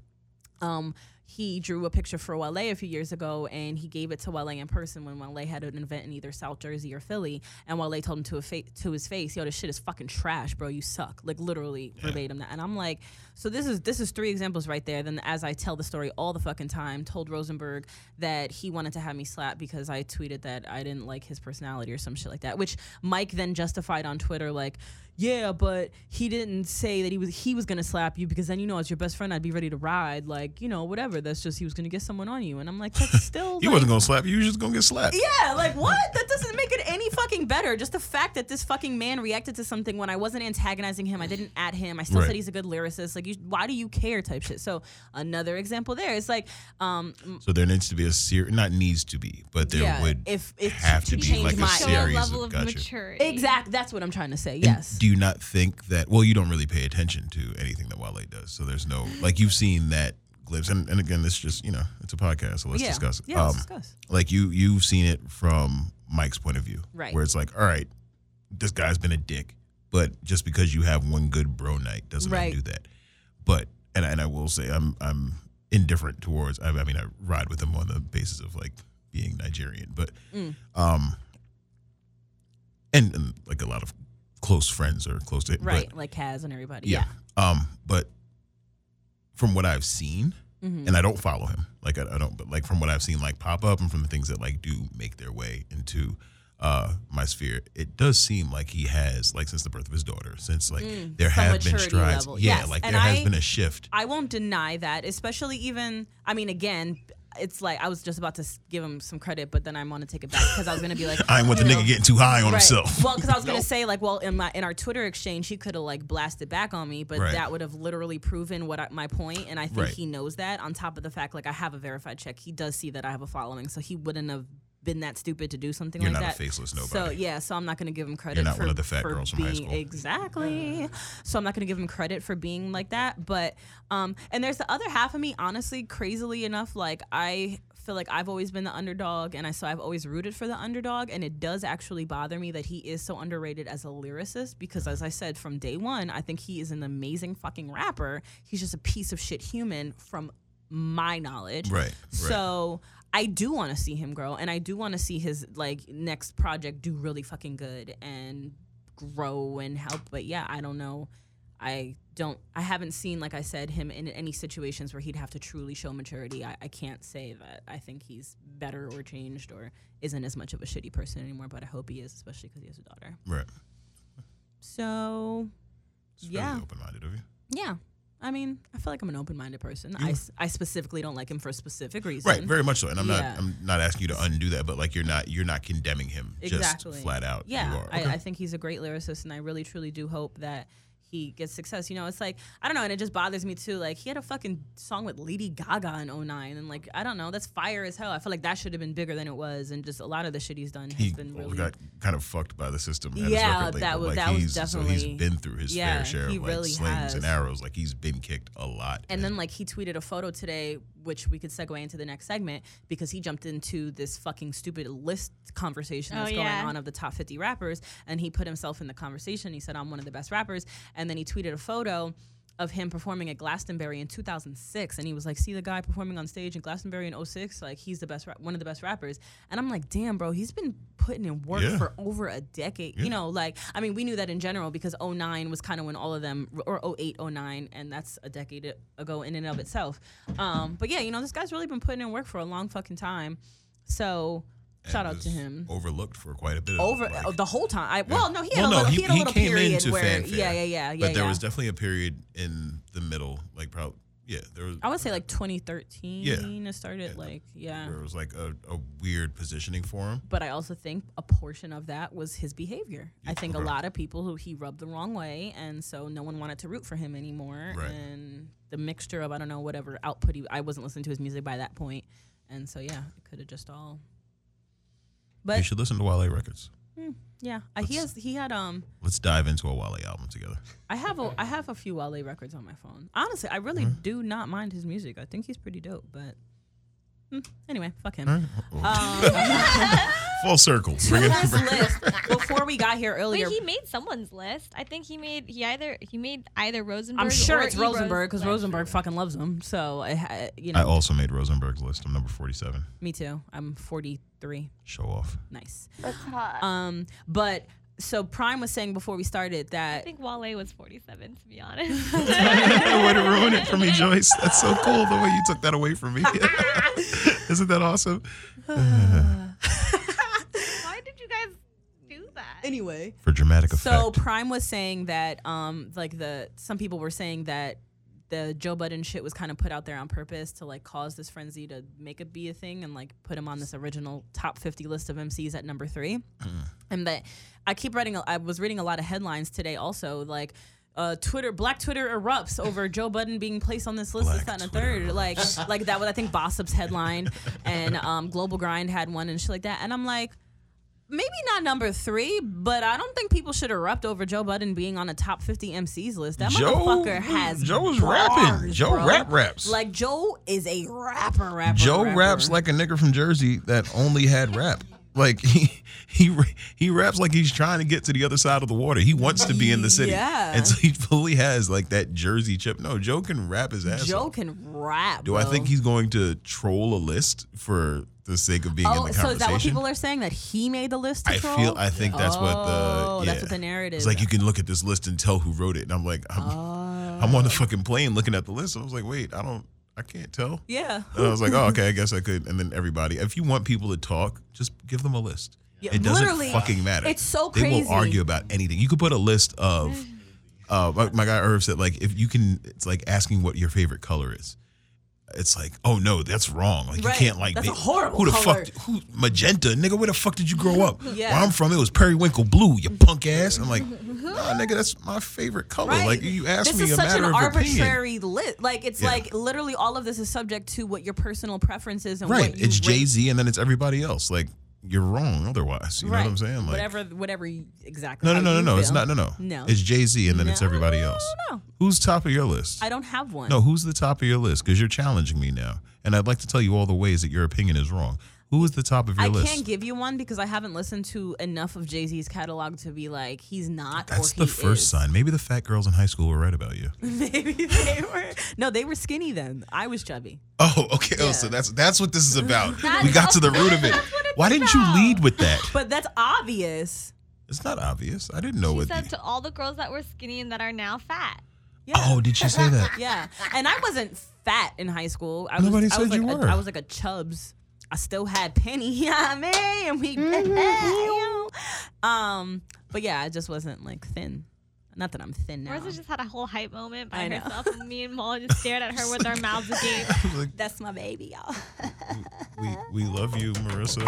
S9: Um, he drew a picture for Wale a few years ago, and he gave it to Wale in person when Wale had an event in either South Jersey or Philly. And Wale told him to a fa- to his face, "Yo, this shit is fucking trash, bro. You suck." Like literally verbatim that. And I'm like, so this is this is three examples right there. Then as I tell the story all the fucking time, told Rosenberg that he wanted to have me slapped because I tweeted that I didn't like his personality or some shit like that, which Mike then justified on Twitter like, yeah, but he didn't say that he was he was gonna slap you because then you know as your best friend I'd be ready to ride like you know whatever. That's just he was gonna get someone on you, and I'm like that's still
S8: You
S9: like-
S8: wasn't gonna slap you. You was just gonna get slapped.
S9: yeah, like what? That doesn't make it any fucking better. Just the fact that this fucking man reacted to something when I wasn't antagonizing him, I didn't at him. I still
S8: Right.
S9: said he's a good lyricist. Like, you, why do you care? Type shit. So another example there. It's like, um, m-
S8: So there needs to be a serious, not needs to be, but there
S9: yeah,
S8: would
S9: if it's
S8: have to be
S9: change
S8: like a
S9: my-
S5: Show a
S8: series
S5: level
S8: of
S5: of
S8: gotcha.
S5: maturity.
S9: Exact. That's what I'm trying to say.
S8: And
S9: Yes.
S8: do you not think that? Well, you don't really pay attention to anything that Wale does, so there's no like you've seen that glimpse. And, and again, this just you know it's a podcast, so let's
S9: yeah.
S8: discuss it.
S9: Yeah. let's
S8: Um,
S9: discuss.
S8: Like you you've seen it from Mike's point of view,
S9: Right.
S8: Where it's like, all right, this guy's been a dick, but just because you have one good bro night doesn't
S9: Right.
S8: undo that. But and and I will say I'm I'm indifferent towards. I, I mean, I ride with him on the basis of like being Nigerian, but
S9: Mm.
S8: um, and, and like a lot of close friends are close to it, but-
S9: Right. like Kaz and everybody.
S8: yeah.
S9: Yeah.
S8: Um, but from what I've seen,
S9: Mhm.
S8: and I don't follow him. Like I, I don't, but like from what I've seen, like pop up and from the things that like do make their way into uh my sphere, it does seem like he has like since the birth of his daughter, since like
S9: Mm,
S8: there
S9: some
S8: have been
S9: maturity
S8: strides.
S9: level.
S8: Yeah,
S9: Yes,
S8: like
S9: and
S8: there has
S9: I-
S8: been a shift.
S9: I won't deny that, especially even. I mean, again, it's like I was just about to s- give him some credit, but then I'm gonna take it back because I was gonna be like,
S8: I ain't want the
S9: you
S8: nigga
S9: know,
S8: getting too high on
S9: Right.
S8: himself.
S9: Well, because I was gonna say like, well, in my in our Twitter exchange, he could have like blasted back on me, but
S8: Right.
S9: that would have literally proven what I, my point, and I think
S8: Right.
S9: he knows that. On top of the fact, like I have a verified check, he does see that I have a following, so he wouldn't have been that stupid to do something
S8: You're
S9: like
S8: not
S9: that.
S8: a faceless
S9: So
S8: nobody.
S9: yeah, so I'm not gonna give him credit.
S8: not
S9: for,
S8: one of the fat
S9: for
S8: girls from high
S9: being-
S8: school.
S9: Exactly. So I'm not gonna give him credit for being like that, but um, and there's the other half of me, honestly, crazily enough, like I feel like I've always been the underdog, and I so I've always rooted for the underdog, and it does actually bother me that he is so underrated as a lyricist because, as I said from day one, I think he is an amazing fucking rapper. He's just a piece of shit human from my knowledge.
S8: Right, right.
S9: So I do want to see him grow, and I do want to see his like next project do really fucking good and grow and help. But yeah, I don't know. I don't. I haven't seen, like I said, him in any situations where he'd have to truly show maturity. I, I can't say that I think he's better or changed or isn't as much of a shitty person anymore. But I hope he is, especially because he has a daughter.
S8: Right.
S9: So
S8: It's really
S9: Yeah.
S8: open-minded of you.
S9: yeah, I mean, I feel like I'm an open-minded person. I, s- I specifically don't like him for a specific reason.
S8: Right, very much so. And I'm
S9: Yeah.
S8: not I'm not asking you to undo that, but like you're not you're not condemning him
S9: Exactly.
S8: just flat out.
S9: Yeah,
S8: you are.
S9: I, I think he's a great lyricist, and I really truly do hope that he gets success. You know, it's like I don't know, and it just bothers me too. Like he had a fucking song with Lady Gaga in 09, and like I don't know, that's fire as hell. I feel like that should have been bigger than it was, and just a lot of the shit he's done has
S8: he
S9: been really.
S8: got kind of fucked by the system. At
S9: Yeah,
S8: his record label.
S9: that was-
S8: like
S9: that was
S8: he's, So
S9: definitely-
S8: he's been through his
S9: Yeah,
S8: fair share
S9: he
S8: of like
S9: really
S8: slings
S9: has.
S8: and arrows. Like he's been kicked a lot.
S9: and then like he tweeted a photo today, which we could segue into the next segment because he jumped into this fucking stupid list conversation
S5: Oh,
S9: that's
S5: yeah.
S9: going on of the top 50 rappers, and he put himself in the conversation. He said, "I'm one of the best rappers," and then he tweeted a photo. Of him performing at Glastonbury in 2006, and he was like, "See the guy performing on stage in Glastonbury in 06? Like he's the best, rap- one of the best rappers." And I'm like, "Damn, bro, he's been putting in work
S8: Yeah.
S9: for over a decade. You know, like, I mean, we knew that in general because 09 was kind of when all of them, or 08, 09, and that's a decade ago in and of itself. Um, but yeah, you know, this guy's really been putting in work for a long fucking time. So
S8: And
S9: shout out
S8: was
S9: to him.
S8: Overlooked for quite a bit. Of it,
S9: Over
S8: like-
S9: uh, the whole time. I, Well, no, he had
S8: Well,
S9: a
S8: no,
S9: little,
S8: he,
S9: he, had a
S8: he
S9: little
S8: came
S9: period
S8: into
S9: where,
S8: fanfare.
S9: yeah, yeah, yeah, yeah.
S8: But there
S9: yeah.
S8: was definitely a period in the middle, like probably yeah, there was.
S9: I would say like 2013.
S8: Yeah.
S9: it started
S8: Yeah.
S9: like yeah.
S8: Where it was like a, a weird positioning for him.
S9: But I also think a portion of that was his behavior. I think a
S8: okay.
S9: lot of people who he rubbed the wrong way, and so no one wanted to root for him anymore.
S8: Right.
S9: And the mixture of I don't know whatever output he I wasn't listening to his music by that point, and so yeah, it could have just all.
S8: you
S9: But
S8: should listen to Wale records.
S9: yeah, I, he has he had um
S8: Let's dive into a Wale album together.
S9: I have a I have a few Wale records on my phone. Honestly, I really do not mind his music. I think he's pretty dope. But mm, anyway, fuck him.
S8: Full circle.
S9: To
S8: Bring it-
S9: this list, before we got here earlier,
S5: Wait, he made someone's list. I think he made he either he made either Rosenberg.
S9: I'm sure
S5: or
S9: it's
S5: E.
S9: Rosenberg because
S5: Rosen's list.
S9: Rosenberg fucking loves him. So I, ha- you know,
S8: I also made Rosenberg's list. I'm number 47.
S9: me too. I'm 43.
S8: Show off.
S9: Nice. That's hot. Um, but so Prime was saying before we started
S5: I
S9: that
S5: think Wale was 47 to be honest.
S8: way to ruin it for me, Joyce. That's so cool the way you took that away from me. Isn't that awesome?
S5: Why did you guys do that?
S9: anyway.
S8: For dramatic effect.
S9: So Prime was saying that um like the some people were saying that the Joe Budden shit was kind of put out there on purpose to like cause this frenzy to make it be a thing and like put him on this original top 50 list of MCs at number 3.
S8: Mm-hmm.
S9: And that I keep writing I was reading a lot of headlines today also like uh, Twitter, Black Twitter erupts over Joe Budden being placed on this list.
S8: Black
S9: this, that, and a
S8: Twitter
S9: third. Like, like that was I think Bossip's headline, and um, Global Grind had one and shit like that. And I'm like, maybe not number three, but I don't think people should erupt over Joe Budden being on a top 50 MCs list. That
S8: Joe-
S9: motherfucker has
S8: Joe was
S9: bars,
S8: rapping. Joe
S9: bro.
S8: rap raps.
S9: Like Joe is a rapper, rapper.
S8: Joe
S9: rapper.
S8: raps like a nigga from Jersey that only had rap. Like he he ra- he raps like he's trying to get to the other side of the water. He wants to be in the city,
S9: Yeah.
S8: and so he fully has like that Jersey chip. No, Joe can rap his ass.
S9: Joe
S8: off.
S9: can rap.
S8: Do I
S9: bro.
S8: think he's going to troll a list for the sake of being
S9: Oh,
S8: in the
S9: so is that what
S8: conversation?
S9: people are saying that he made the list? To
S8: I
S9: troll?
S8: feel I think that's what
S9: Oh,
S8: the yeah.
S9: that's what the narrative.
S8: It's like you can look at this list and tell who wrote it, and I'm like, I'm,
S9: Uh,
S8: I'm
S9: Oh.
S8: on the fucking plane looking at the list. I was like, wait, I don't, I can't tell.
S9: yeah.
S8: And I was like, oh, okay, I guess I could. And then everybody, if you want people to talk, just give them a list.
S9: Yeah,
S8: it doesn't
S9: literally,
S8: fucking matter.
S9: it's so
S8: They
S9: crazy. Mm-hmm.
S8: will argue about anything. You could put a list of, uh, my, my guy Irv said, like, if you can, it's like asking what your favorite color is. It's like, oh no, that's wrong. Like
S9: Right.
S8: you can't like
S9: That's a
S8: ma-
S9: horrible
S8: Who the
S9: color.
S8: fuck? Who magenta? Nigga, where the fuck did you grow up?
S9: Yeah.
S8: Where I'm from, it was periwinkle blue. You punk ass. I'm like, nah, nigga, that's my favorite color.
S9: Right.
S8: Like you asked
S9: this
S8: me
S9: is
S8: a
S9: such
S8: matter
S9: an
S8: of opinion.
S9: arbitrary list. Like it's
S8: Yeah.
S9: like literally all of this is subject to what your personal preferences and
S8: Right.
S9: What you
S8: It's
S9: rate-
S8: Jay Z and then it's everybody else. Like you're wrong otherwise. You know what I'm saying? Like
S9: whatever, whatever. you- Exactly.
S8: No, no,
S9: how
S8: no, no,
S9: you
S8: no. It's
S9: feel.
S8: not. No, no.
S9: No.
S8: It's Jay Z and then it's
S9: No,
S8: everybody else.
S9: no.
S8: Who's top of your list?
S9: I don't have one.
S8: no, who's the top of your list? Because you're challenging me now, and I'd like to tell you all the ways that your opinion is wrong. Who is the top of your
S9: I
S8: list?
S9: can't give you one because I haven't listened to enough of Jay Z's catalog to be like he's not.
S8: That's
S9: or
S8: the
S9: he
S8: first
S9: is.
S8: sign. Maybe the fat girls in high school were right about you.
S9: Maybe they were. No, they were skinny then. I was chubby.
S8: Oh, okay. Oh, so that's that's what this is about.
S5: That's-
S8: we got to the root of it.
S5: that's what it's
S8: Why didn't you
S5: about.
S8: lead with that?
S9: But that's obvious.
S8: It's not obvious. I didn't know
S5: She
S8: what.
S5: said
S8: the-
S5: to all the girls that were skinny and that are now fat.
S9: Yeah.
S8: Oh, did she say that?
S9: Yeah, and I wasn't fat in high school. I was,
S8: Nobody
S9: I was
S8: said
S9: like
S8: you
S9: a-
S8: were.
S9: I was like a chubs. I still had penny. Yeah, man. And we. um, but yeah, I just wasn't like thin. Not that I'm thin now.
S5: Marissa just had a whole hype moment
S9: I
S5: by
S9: know.
S5: herself, and me and Mola just stared at her with our mouths agape.
S8: I was like,
S9: That's my baby, y'all.
S8: we, we love you, Marissa.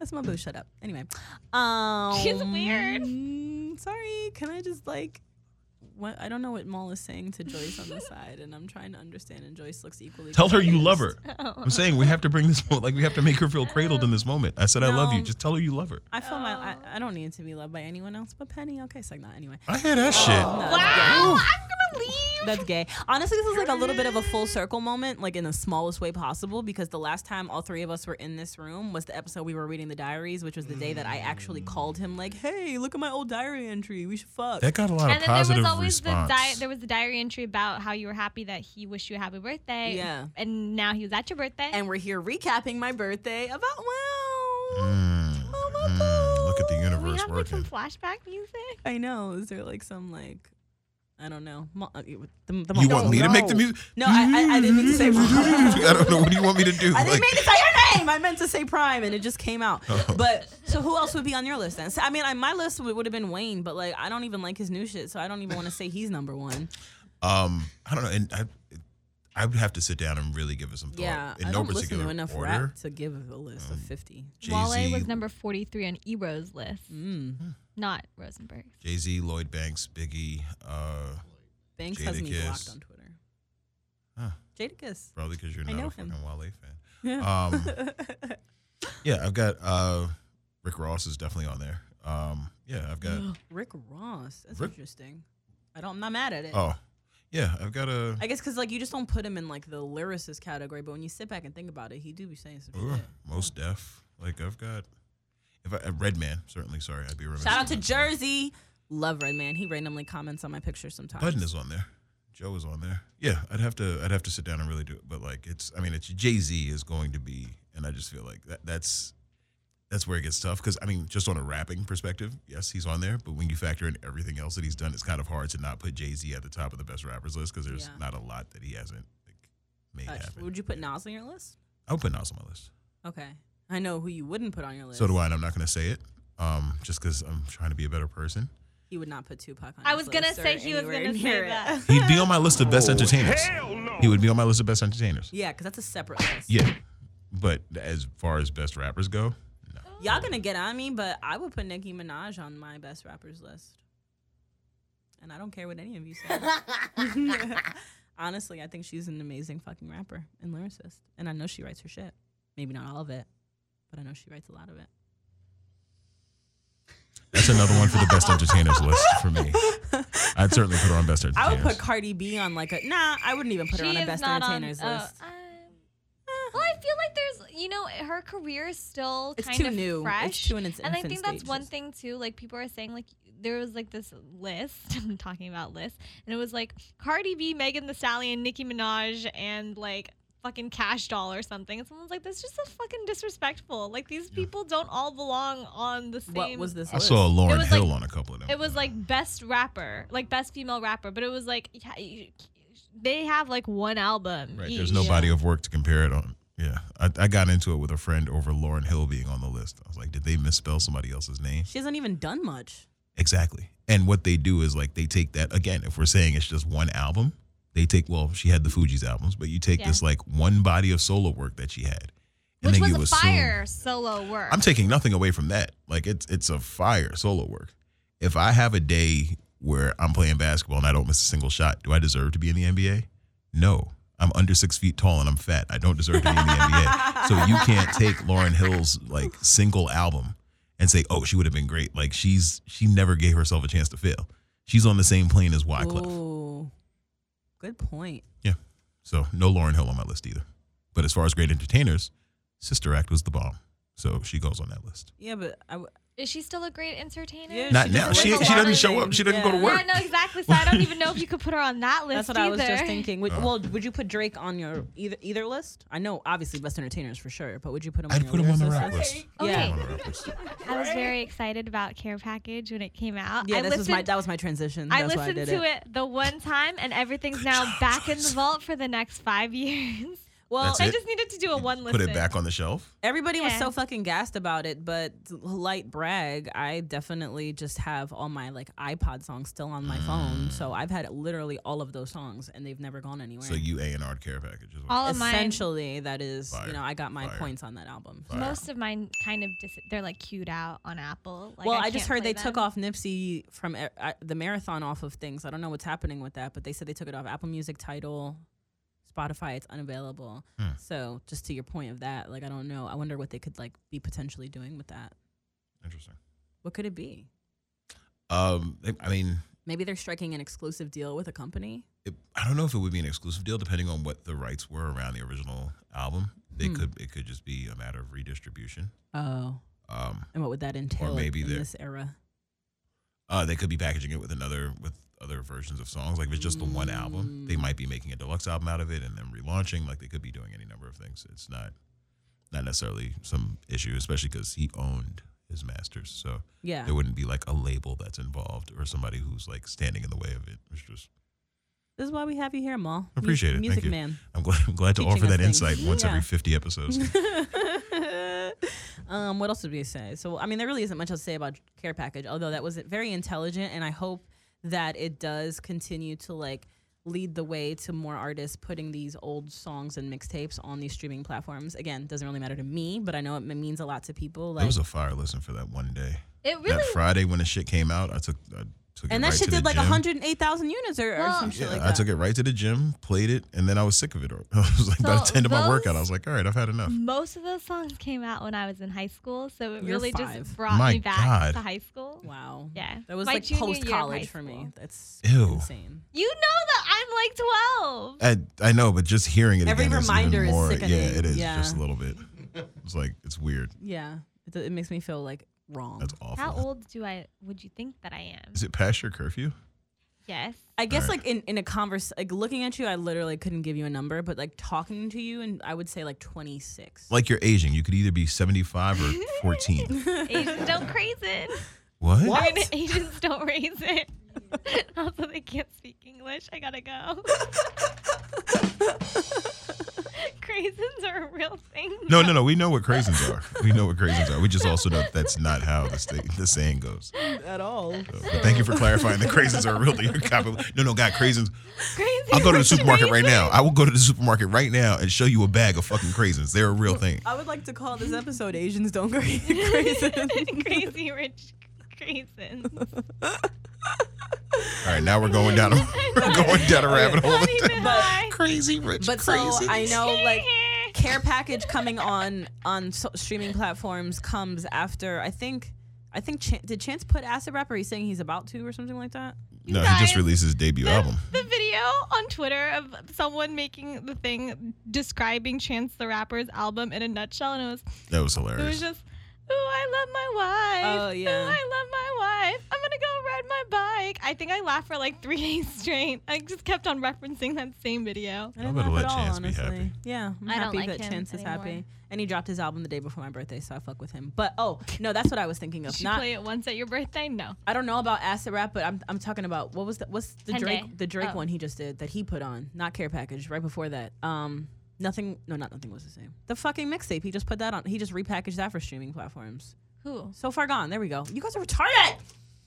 S9: That's my boo. Shut up. Anyway, um,
S5: She's weird.
S9: Sorry. Can I just like? What I don't know what Maul is saying to Joyce on the side, and I'm trying to understand. And Joyce looks equally.
S8: Tell her you love
S9: confused.
S8: her. I'm saying we have to bring this mo- like we have to make her feel cradled in this moment. I said I love you.
S9: No.
S8: Just tell her you love her.
S9: I feel my. I,
S5: Oh.
S9: I don't need to be loved by anyone else but Penny. Okay, so not anyway.
S8: I hear that
S9: No,
S8: shit.
S9: that's gay.
S5: Wow, I'm gonna leave.
S9: That's gay. Honestly, this is like a little bit of a full circle moment, like in the smallest way possible, because the last time all three of us were in this room was the episode we were reading the diaries, which was the day that I actually
S8: Mm.
S9: called him, like, hey, look at my old diary entry. We should fuck.
S8: That got a lot
S5: And then
S8: of
S5: there
S8: positive
S5: was always
S8: response.
S5: the di- there was the diary entry about how you were happy that he wished you a happy birthday.
S9: Yeah.
S5: And now he was at your birthday.
S9: and we're here recapping my birthday about, wow.
S8: Mm,
S9: Oh my
S8: mm, look at the
S5: we
S8: universe
S5: have like some
S8: working.
S5: flashback music.
S9: I know. Is there like some, like, I don't know. Mo- uh, it- The, the
S8: You
S9: mo-
S8: want me to make the
S9: no.
S8: music?
S9: No, I, I, I didn't mean to say Prime.
S8: I don't know. What do you want me to do?
S9: I didn't
S8: Like, Oh.
S9: mean to say your name. I meant to say Prime, and it just came out. But so who else would be on your list then? So, I mean, I, my list would, would have been Wayne, but like
S8: Oh,
S9: I don't even like his new shit, so I don't even want to say he's number one.
S8: um, I don't know. And I, I would have to sit down and really give it some thought.
S9: Yeah,
S8: in
S9: I
S8: no
S9: don't listen
S8: particular
S9: to enough
S8: order. Mm.
S9: rap to give a list of fifty.
S5: Wale
S8: Jay-Z,
S5: was number 43 on Ero's list,
S9: Mm.
S5: not Rosenberg's.
S8: Jay Z, Lloyd Banks, Biggie, uh,
S9: Banks has me blocked
S8: Jadakiss.
S9: on Twitter.
S8: Huh.
S9: Jadakiss.
S8: probably because you're
S9: I
S8: not
S9: know
S8: a
S9: him.
S8: fucking Wale fan. Um, yeah, I've got uh, Rick Ross is definitely on there. Um, yeah, I've got.
S9: Rick Ross. That's
S8: Rick-
S9: interesting. I don't. I'm not mad at it.
S8: Oh, yeah, I've got a.
S9: I guess because like you just don't put him in like the lyricist category, but when you sit back and think about it, he do be saying some
S8: Ooh,
S9: shit.
S8: most deaf. Like I've got. If I, uh, Redman, certainly. Sorry, I'd be remiss.
S9: Shout out
S8: if
S9: to
S8: not to say-
S9: Jersey. Love Red Man. He randomly comments on my picture sometimes.
S8: Budden is on there. Joe is on there. Yeah, I'd have to I'd have to sit down and really do it. But like it's I mean it's Jay Z is going to be, and I just feel like that that's that's where it gets tough because I mean just on a rapping perspective, yes he's on there, but when you factor in everything else that he's done, it's kind of hard to not put Jay Z at the top of the best rappers list because there's
S9: Yeah.
S8: not a lot that he hasn't like made
S9: Touch.
S8: happen.
S9: Would you put Nas on your list?
S8: I would put Nas on my list.
S9: Okay. I know who you wouldn't put on your list.
S8: So do I, and I'm not going to say it, um, just because I'm trying to be a better person.
S9: He would not put Tupac on.
S5: I
S9: his
S5: was going to
S9: list or
S5: say he was
S9: anywhere
S5: going to
S9: near it.
S5: say that.
S8: He'd be on my list of best entertainers. He would be on my list of best entertainers.
S9: Yeah, because that's a separate list.
S8: Yeah, but as far as best rappers go, no.
S9: Y'all gonna get on me, but I would put Nicki Minaj on my best rappers list. And I don't care what any of you say. Honestly, I think she's an amazing fucking rapper and lyricist. And I know she writes her shit. Maybe not all of it, but I know she writes a lot of it.
S8: That's another one for the best entertainers list for me. I'd certainly put her on best
S9: I
S8: entertainers.
S9: would put Cardi B on like a nah, I wouldn't even put her on
S5: She
S9: a
S5: is
S9: best
S5: not on-
S9: entertainers
S5: oh,
S9: list.
S5: um, well, I feel like there's, you know, her career is still
S9: It's
S5: kind
S9: too
S5: of
S9: new. It's
S5: fresh.
S9: too in its
S5: and I
S9: infant
S5: think that's one
S9: stages.
S5: thing too. Like people are saying, like there was like this list. I'm talking about lists, and it was like Cardi B, Megan The Stallion, Nicki Minaj, and like fucking Cash Doll or something. And someone's like, that's just so fucking disrespectful. Like these people don't all belong on the same.
S9: What was this
S8: I
S9: list?
S8: saw Lauren
S5: It was
S8: Hill
S5: like-
S8: on a couple of them.
S5: It was like best rapper, like best female rapper, but it was like yeah, you- they have like one album.
S8: right.
S5: each.
S8: There's no body of work to compare it on. Yeah, I, I got into it with a friend over Lauren Hill being on the list. I was like, did they misspell somebody else's name?
S9: She hasn't even done much.
S8: Exactly. And what they do is like they take that again. If we're saying it's just one album, they take well, she had the Fuji's albums, but you take
S5: Yeah.
S8: this like one body of solo work that she had, and
S5: Which
S8: then
S5: was
S8: you
S5: a
S8: assume
S5: fire solo work.
S8: I'm taking nothing away from that. Like it's it's a fire solo work. If I have a day where I'm playing basketball and I don't miss a single shot, do I deserve to be in the NBA? No. I'm under six feet tall and I'm fat. I don't deserve to be in the NBA. So you can't take Lauren Hill's like single album and say, "Oh, she would have been great." Like she's she never gave herself a chance to fail. She's on the same plane as Wyclef.
S9: Ooh. Good point.
S8: Yeah. So no Lauren Hill on my list either. But as far as great entertainers, Sister Act was the bomb. So she goes on that list.
S9: Yeah, but I w-
S5: Is she still a great entertainer?
S9: Yeah,
S8: Not
S9: She
S8: now.
S9: does
S8: She
S9: like a
S8: she
S9: lot
S8: doesn't
S9: of
S8: show up.
S9: things.
S8: She doesn't go to
S9: Yeah.
S8: work.
S5: Yeah, no, exactly. So I don't even know if you could put her on that list.
S9: That's what I was just
S5: either.
S9: thinking.
S8: Oh.
S9: Would, well, would you put Drake on your either either list? I know, obviously, best entertainers for sure, but would you put him?
S8: I'd
S9: on
S8: put
S9: your
S8: him on the
S9: lyricist
S8: rap list.
S5: Okay.
S9: Yeah,
S8: On the rap list.
S5: I was very excited about Care Package when it came out.
S9: yeah.
S5: I
S9: This
S5: listened,
S9: was my that was my transition.
S5: I
S9: That's why I
S5: listened
S9: did
S5: to it. the one time, and everything's now back in the vault for the next five years.
S9: Well,
S8: That's
S5: I
S8: it.
S5: just needed to do a one listen.
S8: Put it back on the shelf.
S9: everybody was
S5: Yeah.
S9: so fucking gassed about it, but light brag, I definitely just have all my like iPod songs still on my phone, so I've had literally all of those songs, and they've never gone anywhere.
S8: Ah. So you A and R care package. Is what
S5: All of mine.
S9: Essentially, that is
S8: Fire.
S9: you know I got my
S8: Fire.
S9: points on that album.
S5: Most of mine kind of dis- they're like queued out on Apple. Like,
S9: well,
S5: I,
S9: I, just
S5: can't
S9: heard
S5: play
S9: they took
S5: them.
S9: off Nipsey from uh, uh, the marathon off of things. I don't know what's happening with that, but they said they took it off Apple Music, Title, Spotify. It's unavailable.
S8: Hmm.
S9: So, just to your point of that, like I don't know. I wonder what they could like be potentially doing with that.
S8: Interesting.
S9: What could it be?
S8: Um, I mean,
S9: Maybe they're striking an exclusive deal with a company.
S8: it, I don't know if it would be an exclusive deal, depending on what the rights were around the original album.
S5: Hmm.
S8: They could it could just be a matter of redistribution.
S9: Oh,
S8: Um,
S9: and what would that entail?
S8: maybe
S9: in
S8: they're-
S9: this era.
S8: uh, they could be packaging it with another with other versions of songs. Like if it's just the one album, they might be making a deluxe album out of it and then relaunching. Like they could be doing any number of things. It's not not necessarily some issue, especially because he owned his masters. So
S9: Yeah.
S8: there wouldn't be like a label that's involved or somebody who's like standing in the way of it. It's just
S9: This is why we have you here, Mal.
S8: I appreciate it.
S9: Music
S8: Thank you.
S9: man.
S8: I'm glad I'm glad to
S9: Teaching
S8: offer
S9: us
S8: that
S9: things.
S8: insight once
S9: Yeah.
S8: every 50 episodes.
S9: um, what else did we say? So, I mean, there really isn't much else to say about care package, although that was very intelligent, and I hope that it does continue to like lead the way to more artists putting these old songs and mixtapes on these streaming platforms. Again, doesn't really matter to me, but I know it m- means a lot to people.
S8: That
S9: Like,
S8: was a fire listen for that one day.
S5: It really.
S8: That Friday when the shit came out, I took I took
S9: and that
S8: it right
S9: shit
S8: to the
S9: did like
S8: gym.
S9: 108,000 units or, or
S5: Well-
S9: some shit
S8: Yeah,
S9: like
S8: I
S9: that.
S8: took it right to the gym, played it, and then I was sick of it. I was like, by
S9: Oh,
S5: So
S8: the end of my
S5: those-
S8: workout, I was like, all right, I've had enough.
S5: most of those songs came out when I was in high school, so it
S9: You're
S5: really
S9: five.
S5: just brought
S8: My
S5: me back
S8: God.
S5: to high school.
S9: Wow.
S5: Yeah.
S9: That was
S5: My
S9: like
S5: junior year of
S9: post college
S5: high
S9: for me.
S5: school.
S9: That's
S8: Ew.
S9: insane.
S5: You know that I'm like 12.
S8: I, I know, but just hearing it
S9: Every
S8: again
S9: reminder
S8: is,
S9: is
S8: even more,
S9: sickening.
S8: Yeah, it is
S9: Yeah.
S8: just a little bit. It's like it's weird.
S9: Yeah. It, it makes me feel like wrong.
S8: That's awful.
S5: How old do I would you think that I am?
S8: Is it past your curfew?
S5: Yes.
S9: I guess like in, in a converse like looking at you, I literally couldn't give you a number, but like talking to you and I would say like twenty six.
S8: Like you're aging. You could either be 75 or 14.
S5: Asians don't craze it.
S8: what?
S5: I mean, Asians don't raise it. also, they can't speak English. I gotta go. Craisins are a real thing.
S8: No, no, no. We know what craisins are. We know what craisins are. We just also know that that's not how the, sta- the saying goes.
S9: at all.
S8: So, but thank you for clarifying that craisins are really your copy. No, no, God, craisins.
S5: Craisins
S8: I'll go to
S5: are
S8: the supermarket right
S5: crazy.
S8: now. I will go to the supermarket right now and show you a bag of fucking craisins. They're a real thing.
S9: I would like to call this episode Asians Don't Crazy. Crazy.
S5: Crazy rich craisins.
S8: All right, now we're going down. A, we're going down a rabbit hole.
S5: Not even high.
S8: Crazy rich
S9: but so
S8: crazy.
S9: I know Oh, like care package coming on on so- streaming platforms comes after I think I think Chan- did Chance put Acid Rap or he's saying he's about to or something like that.
S8: no, he just
S5: guys-
S8: released his debut album.
S5: the video on Twitter of someone making the thing describing Chance the Rapper's album in a nutshell, and it was
S8: That was
S5: it was
S8: hilarious.
S5: just, "Ooh, I love my wife.
S9: Oh, yeah.
S5: Ooh, I love my wife. I'm gonna go ride my bike." I think I laughed for like three days straight. I just kept on referencing that same video.
S9: I didn't
S8: better
S9: laugh
S8: let
S9: at all,
S8: Chance be
S9: honestly.
S8: happy.
S9: Yeah, I'm
S5: I don't
S9: happy
S5: like
S9: that
S5: him
S9: Chance is happy.
S5: anymore.
S9: And he dropped his album the day before my birthday, so I fuck with him. But oh no, that's what I was thinking
S5: Did
S9: of.
S5: you
S9: Not
S5: play it once at your birthday? No.
S9: I don't know about acid rap, but I'm I'm talking about what was the what's the
S5: Ten
S9: Drake
S5: Day.
S9: the Drake
S5: Oh.
S9: one he just did that he put on, not Care Package, right before that. Um, nothing. No, not nothing was the same. The fucking mixtape he just put that on. He just repackaged that for streaming platforms.
S5: Who?
S9: So far gone. There we go. You guys are retarded.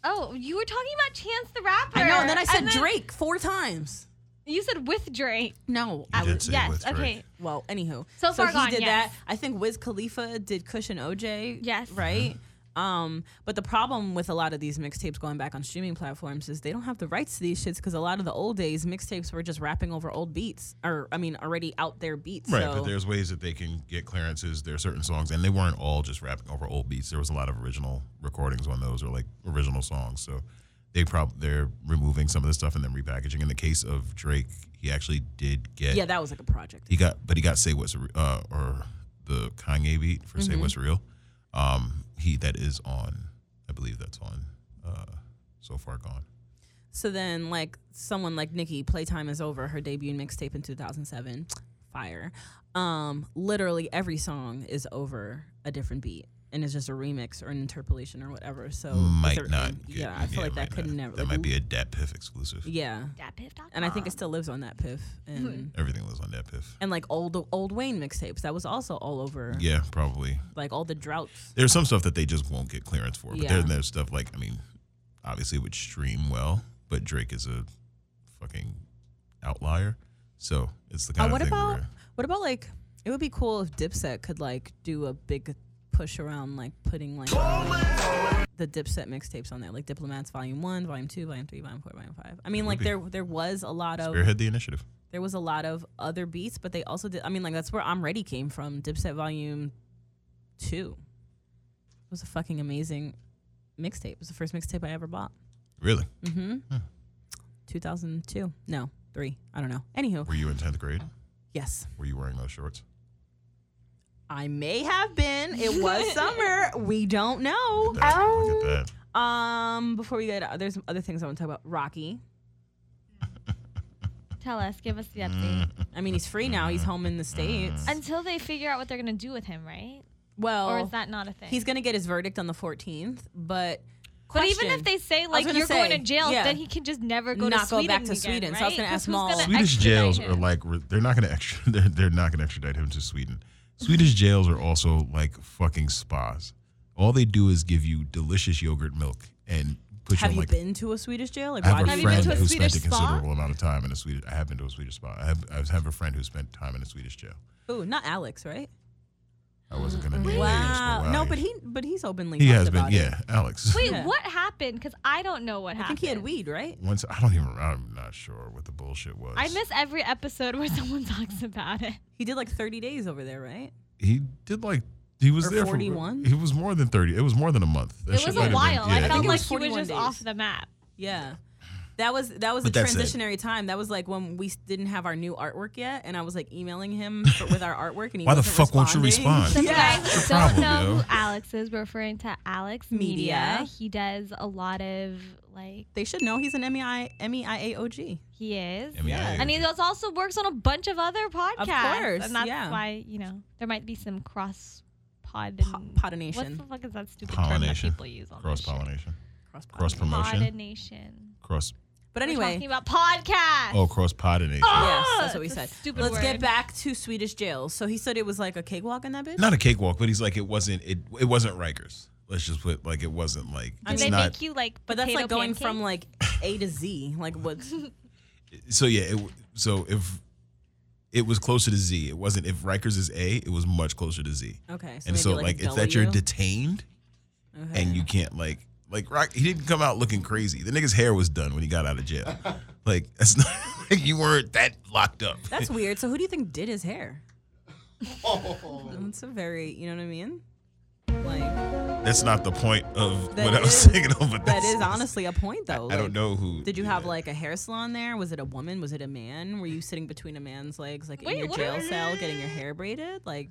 S5: Oh, you were talking about Chance the Rapper.
S9: I know. And then I said Drake four times.
S5: You said with Drake.
S9: No,
S8: You
S9: I
S8: did
S9: was.
S8: say
S5: yes.
S8: with Drake.
S5: Okay.
S9: Well, anywho,
S5: So far
S9: he
S5: gone,
S9: did
S5: yes.
S9: that. I think Wiz Khalifa did Kush and OJ.
S5: Yes.
S9: Right. Um, but the problem with a lot of these mixtapes going back on streaming platforms is they don't have the rights to these shits because a lot of the old days mixtapes were just rapping over old beats or I mean already out there beats.
S8: Right,
S9: so.
S8: but there's ways that they can get clearances. There are certain songs, and they weren't all just rapping over old beats. There was a lot of original recordings on those, or like original songs. So they probably they're removing some of the stuff and then repackaging. In the case of Drake, he actually did get
S9: yeah, that was like a project.
S8: he got but he got say what's Re- uh or the Kanye beat for
S9: Mm-hmm.
S8: say what's real. Um, he that is on, I believe that's on. Uh, so far gone.
S9: So then, like someone like Nikki, "Playtime Is Over," her debut mixtape in 2007, fire. Um, literally every song is over a different beat, and it's just a remix or an interpolation or whatever. So
S8: Might
S9: Oh, there-
S8: not.
S9: and-
S8: get-
S9: yeah, I feel like that
S8: might
S9: could
S8: not.
S9: never.
S8: That
S9: like,
S8: might be Um, a Dat Piff exclusive.
S9: Yeah, and I think it still lives on that piff and
S8: Everything was on Dat Piff.
S9: and like old old Wayne mixtapes. That was also all over.
S8: Yeah, probably.
S9: Like all the droughts.
S8: There's some stuff that they just won't get clearance for, but
S9: Yeah.
S8: there, there's stuff like I mean, obviously it would stream well, but Drake is a fucking outlier, so it's the
S9: Uh,
S8: kind
S9: what
S8: of thing
S9: about
S8: where
S9: what about like it would be cool if Dipset could like do a big push around like putting like the Dipset mixtapes on there, like Diplomats Volume One, Volume Two, Volume Three, Volume Four, Volume Five. I mean, like
S8: be.
S9: there there was a lot of
S8: spearhead the initiative.
S9: there was a lot of other beats, but they also did. I mean, like that's where I'm Ready came from. Dipset Volume Two it was a fucking amazing mixtape. It was the first mixtape I ever bought. Mm-hmm.
S8: Really?
S9: 2002, no three, I don't know. Anywho,
S8: Were you in tenth grade?
S9: yes.
S8: Were you wearing those shorts?
S9: I may have been. It was summer. We don't know.
S8: That- Look at that.
S9: Um, before we get there's some other things I want to talk about. Rocky.
S5: Tell us. Give us the update.
S9: I mean, he's free now. He's home
S8: Mm.
S9: in the states.
S5: Until they figure out what they're gonna do with him, right?
S9: well,
S5: Or is that not a thing?
S9: he's gonna get his verdict on the 14th. But
S5: But
S9: question,
S5: even if they say like
S9: gonna
S5: you're going
S9: say,
S5: to jail,
S9: yeah.
S5: then he can just never go to
S9: Not go
S5: Sweden
S9: back to
S5: again,
S9: Sweden.
S5: Right?
S9: So I was gonna
S5: 'Cause
S9: ask
S5: who's
S9: Maul.
S5: gonna
S8: Swedish
S5: extradite
S8: jails
S5: him?
S8: are like re- they're not going to extra they're, they're not going to extradite him to Sweden. Swedish jails are also like fucking spas. All they do is give you delicious yogurt milk and put
S9: Have
S8: you on
S9: you
S8: like.
S9: been to a Swedish jail? Like,
S8: I have
S9: why
S8: a
S9: do
S5: you
S9: you
S5: been
S8: friend
S5: to a
S8: who spent a
S5: Swedish spa?
S8: considerable amount of time in a Swedish. I have been to a Swedish spa. I have, I have a friend who spent time in a Swedish jail.
S9: Ooh, not Alex, right?
S8: I wasn't gonna name names,
S9: Wow.
S8: but
S9: No,
S8: wow,
S9: but he but he's openly.
S8: he
S9: talked
S8: has been.
S9: about it.
S8: Yeah, Alex.
S5: Wait,
S9: Yeah.
S5: what happened? Because I don't know what
S9: I think
S5: happened.
S9: he had weed, right?
S8: Once I don't even. I'm not sure what the bullshit was.
S5: I miss every episode where someone talks about it.
S9: He did like 30 days over there, right?
S8: He did like. He was
S9: Or
S8: there
S9: 41?
S8: for. He was more than thirty. It was more than a month. That
S5: It
S8: shit
S5: was
S8: might
S5: a
S8: have
S5: while.
S8: Been, yeah,
S5: I felt
S9: it
S5: like
S9: was
S5: he was
S9: 41
S5: just
S9: days.
S5: off the map.
S9: Yeah. That was that was
S8: But
S9: a
S8: that's it.
S9: transitionary time. That was like when we s- didn't have our new artwork yet, and I was like emailing him for, with our artwork, and he
S8: Why the
S9: wasn't
S8: fuck won't you
S9: responding.
S8: respond?
S5: So if you
S9: Yeah.
S5: guys
S8: the
S5: don't
S8: problem,
S5: know
S8: yo.
S5: who Alex is, we're referring to Alex Media.
S9: Media.
S5: He does a lot of like
S9: They should know he's an E MEI MEIAOG.
S5: he is.
S8: I mean, I-
S5: And he does- also works on a bunch of other podcasts.
S9: course,
S5: And that's
S9: yeah.
S5: why, you know, there might be some cross pod
S9: Po-
S5: What
S9: pollination.
S5: the fuck is that stupid term that
S8: Pollination.
S5: people use on
S8: Cross pollination.
S9: Cross
S8: Cross promotion.
S5: Pollination.
S8: Cross.
S9: But
S5: We're
S9: anyway,
S5: talking about podcasts.
S8: Oh, cross pollination.
S9: yes, that's what we
S5: It's a
S9: said.
S5: stupid
S9: Let's
S5: word.
S9: get back to Swedish jails. So he said it was like a cakewalk in that bitch.
S8: Not a cakewalk, but he's like it wasn't. It it wasn't Rikers. Let's just put like it wasn't like.
S5: Did
S8: it's
S5: they
S8: not.
S5: make you like
S9: but that's
S5: potato
S9: like going
S5: pancakes?
S9: from like A to Z. Like what's
S8: so yeah. It, so if. It was closer to Z. It wasn't if Rikers is A. It was much closer to Z.
S9: okay?
S8: and
S9: maybe
S8: so like,
S9: a
S8: it's that you're
S9: W.
S8: detained and you can't like like rock he didn't come out looking crazy the nigga's hair was done when he got out of jail like that's not like you weren't that locked up
S9: That's weird. So who do you think did his hair?
S8: Oh.
S9: That's a very, you know what I mean? Like
S8: that's not the point of
S9: That
S8: what i was
S9: is-
S8: saying though,
S9: that
S8: but that's,
S9: is honestly a point though.
S8: i don't
S9: Like,
S8: know who
S9: Did you have
S8: that.
S9: like a hair salon there? Was it a woman? Was it a man? Were you sitting between a man's legs, like
S5: Wait,
S9: in your
S5: what
S9: jail
S5: are-
S9: cell, getting your hair braided? Like,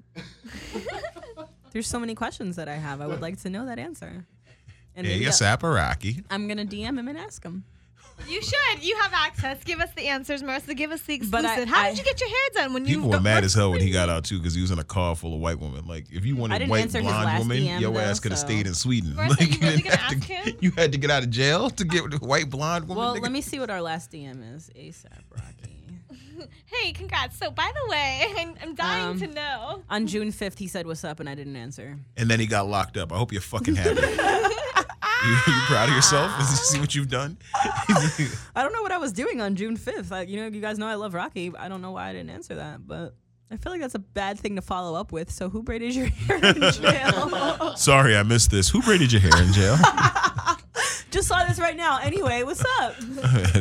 S9: there's so many questions that I have. I would like to know that answer. And
S8: yeah
S9: maybe
S8: yes
S9: I-
S8: aparaki
S9: I'm gonna DM him and ask him.
S5: You should. You have access. Give us the answers, Marissa. Give us the
S9: But
S5: exclusive.
S9: I-
S5: How
S9: I-
S5: did you get your hair done when
S9: Mm,
S5: you
S8: People were
S5: got-
S8: mad as hell when he got out too, because he was in a car full of white women. Like, if you wanted
S9: didn't
S8: white
S9: answer his
S8: blonde
S9: last
S8: woman,
S9: DM
S8: your
S9: though,
S8: ass could have
S9: so-
S8: stayed in Sweden.
S5: Marissa, you
S8: didn't
S5: really gonna
S8: have
S5: ask
S8: to,
S5: him?
S8: You had to get out of jail to get with a white blonde woman.
S9: Well,
S8: nigga.
S9: let me see what our last DM is. ASAP Rocky.
S5: Hey, congrats. So, by the way, I'm, I'm dying
S9: Um,
S5: to know.
S9: On June 5th, he said, "What's up?" and I didn't answer.
S8: and then he got locked up. I hope you're fucking happy. you, you proud of yourself? Did you see what you've done?
S9: I don't know what I was doing on June 5th. I, you know, you guys know I love Rocky. I don't know why I didn't answer that, but I feel like that's a bad thing to follow up with. So who braided your hair in jail?
S8: Sorry, I missed this. Who braided your hair in jail?
S9: Just saw this right now. Anyway, what's up?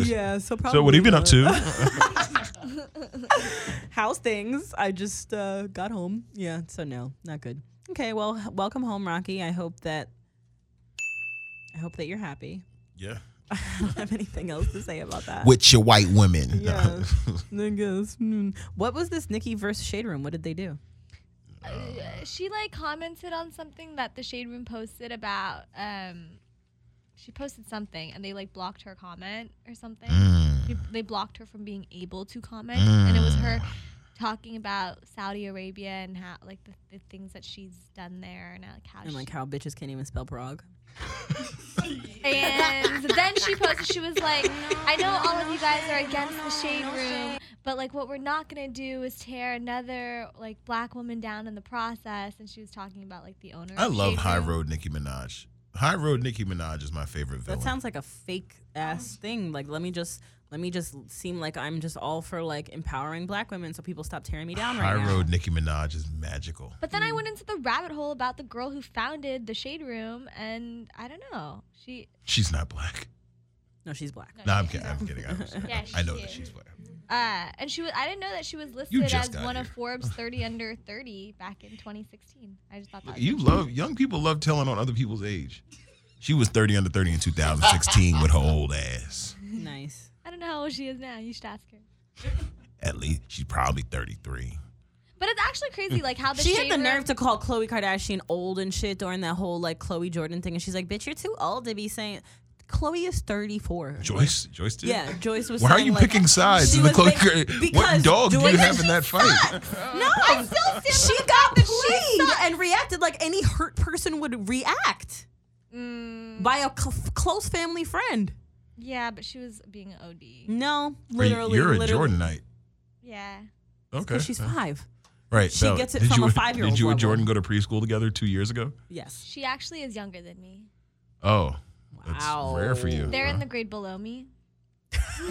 S9: yeah, so probably.
S8: Oh, so what have you been up
S9: uh,
S8: to?
S9: House things. I just uh, got home. Yeah, so no, not good. Okay, well, h- welcome home, Rocky. I hope that. I hope that you're happy.
S8: Yeah.
S9: I don't have anything else to say about that.
S8: With your white women.
S9: Yeah. Niggas. Mm. What was this Nikki versus Shade Room? What did they do?
S5: She like commented on something that the Shade Room posted about. Um, she posted something and they like blocked her comment or something.
S8: Mm.
S5: They, they blocked her from being able to comment, and it was her talking about Saudi Arabia and how like the, the things that she's done there and like how
S9: And
S5: she
S9: like how bitches can't even spell Prague.
S5: And then she posted, she was like, I know all of you guys are against the shade room, but like what we're not gonna do is tear another like black woman down in the process. And she was talking about like the owner.
S8: I
S5: of
S8: love
S5: Shade
S8: High
S5: Room.
S8: Road Nicki Minaj. High Road Nicki Minaj is my favorite villain.
S9: That sounds like a fake ass thing. Like let me just let me just seem like I'm just all for like empowering black women so people stop tearing me down right
S8: High
S9: now.
S8: Road Nicki Minaj is magical.
S5: But then I went into the rabbit hole about the girl who founded the shade room, and I don't know. She,
S8: She's not black.
S9: No, she's black.
S8: No, I'm kidding. I'm kidding. I'm just-
S5: Yeah, she
S8: I know that
S5: is.
S8: she's black.
S5: uh, and she was. I didn't know that she was
S8: You
S5: listed as
S8: just got
S5: one of
S8: here.
S5: Forbes 30 under 30 back in 2016. I just thought that. Was
S8: You love young people love telling on other people's age. She was 30 under 30 in 2016 with her old ass.
S9: Nice.
S5: I don't know how old she is now. You should ask her.
S8: At least she's probably 33.
S5: But it's
S8: Mm.
S5: actually crazy, like how the
S9: She
S5: shade
S9: had the
S5: room-
S9: nerve to call Khloe Kardashian old and shit during that whole like Khloe Jordan thing, and she's like, "Bitch, you're too old to be saying." Khloe is 34.
S8: Joyce, Joyce did.
S9: Yeah, Joyce was.
S8: Why are
S9: saying,
S8: you
S9: like-
S8: picking sides
S9: She
S8: in the
S9: was big-
S8: Khloe? Kar-
S9: because
S8: What dog do
S9: Joyce-
S8: you have in that fight?
S9: No, I still she got played and reacted like any hurt person would react by a cl- close family friend.
S5: Yeah, but she was being OD.
S9: No,
S8: Are you-
S9: literally,
S8: you're a
S9: literally.
S8: Jordanite.
S5: Yeah.
S8: Okay,
S9: Because she's five.
S8: right.
S9: she gets it from a five-year-old
S8: Did you and
S9: level.
S8: Jordan go to preschool together two years ago?
S9: Yes.
S5: She actually is younger than me.
S8: Oh, that's
S9: Wow.
S8: Rare for you.
S5: They're in the grade below me.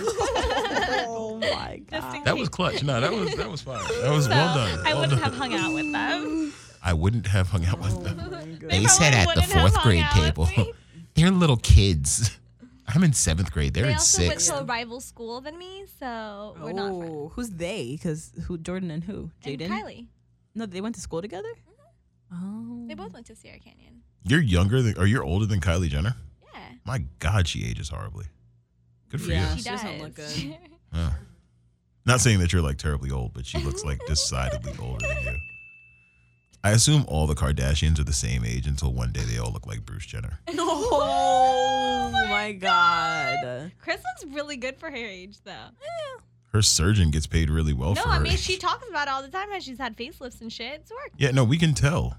S4: Oh my
S5: Just in
S4: god.
S8: That
S5: case.
S8: was clutch. No, that was that was fine. That was well
S5: So,
S8: done.
S5: I
S8: Well
S5: wouldn't
S8: done.
S5: have hung out with them.
S8: I wouldn't have hung out
S9: Oh.
S8: with them.
S5: They
S6: They said
S5: probably
S6: at the
S5: wouldn't have
S6: fourth
S5: hung
S6: grade
S5: out with
S6: table.
S5: me.
S6: They're little kids. I'm in seventh grade. They're
S5: They
S6: in
S5: also went
S6: sixth.
S5: to a rival school than me, so we're not friends.
S9: Oh, who's they? Because who? Jordan and who?
S5: And
S9: Jaden.
S5: Kylie.
S9: No, they went to school together. Oh.
S5: They both went to Sierra Canyon.
S8: You're younger than, or you're older than Kylie Jenner.
S5: Yeah.
S8: My God, she ages horribly. Good for
S9: Yeah.
S8: you.
S9: She doesn't look
S5: does.
S9: good.
S8: Yeah. Not saying that you're like terribly old, but she looks like decidedly older than you. I assume all the Kardashians are the same age until one day they all look like Bruce Jenner.
S9: Oh my God.
S5: Chris looks really good for her age, though.
S8: Her surgeon gets paid really well
S5: no,
S8: for
S5: I
S8: her.
S5: mean she talks about it all the time how she's had facelifts and shit. It's worked.
S8: yeah, no, we can tell.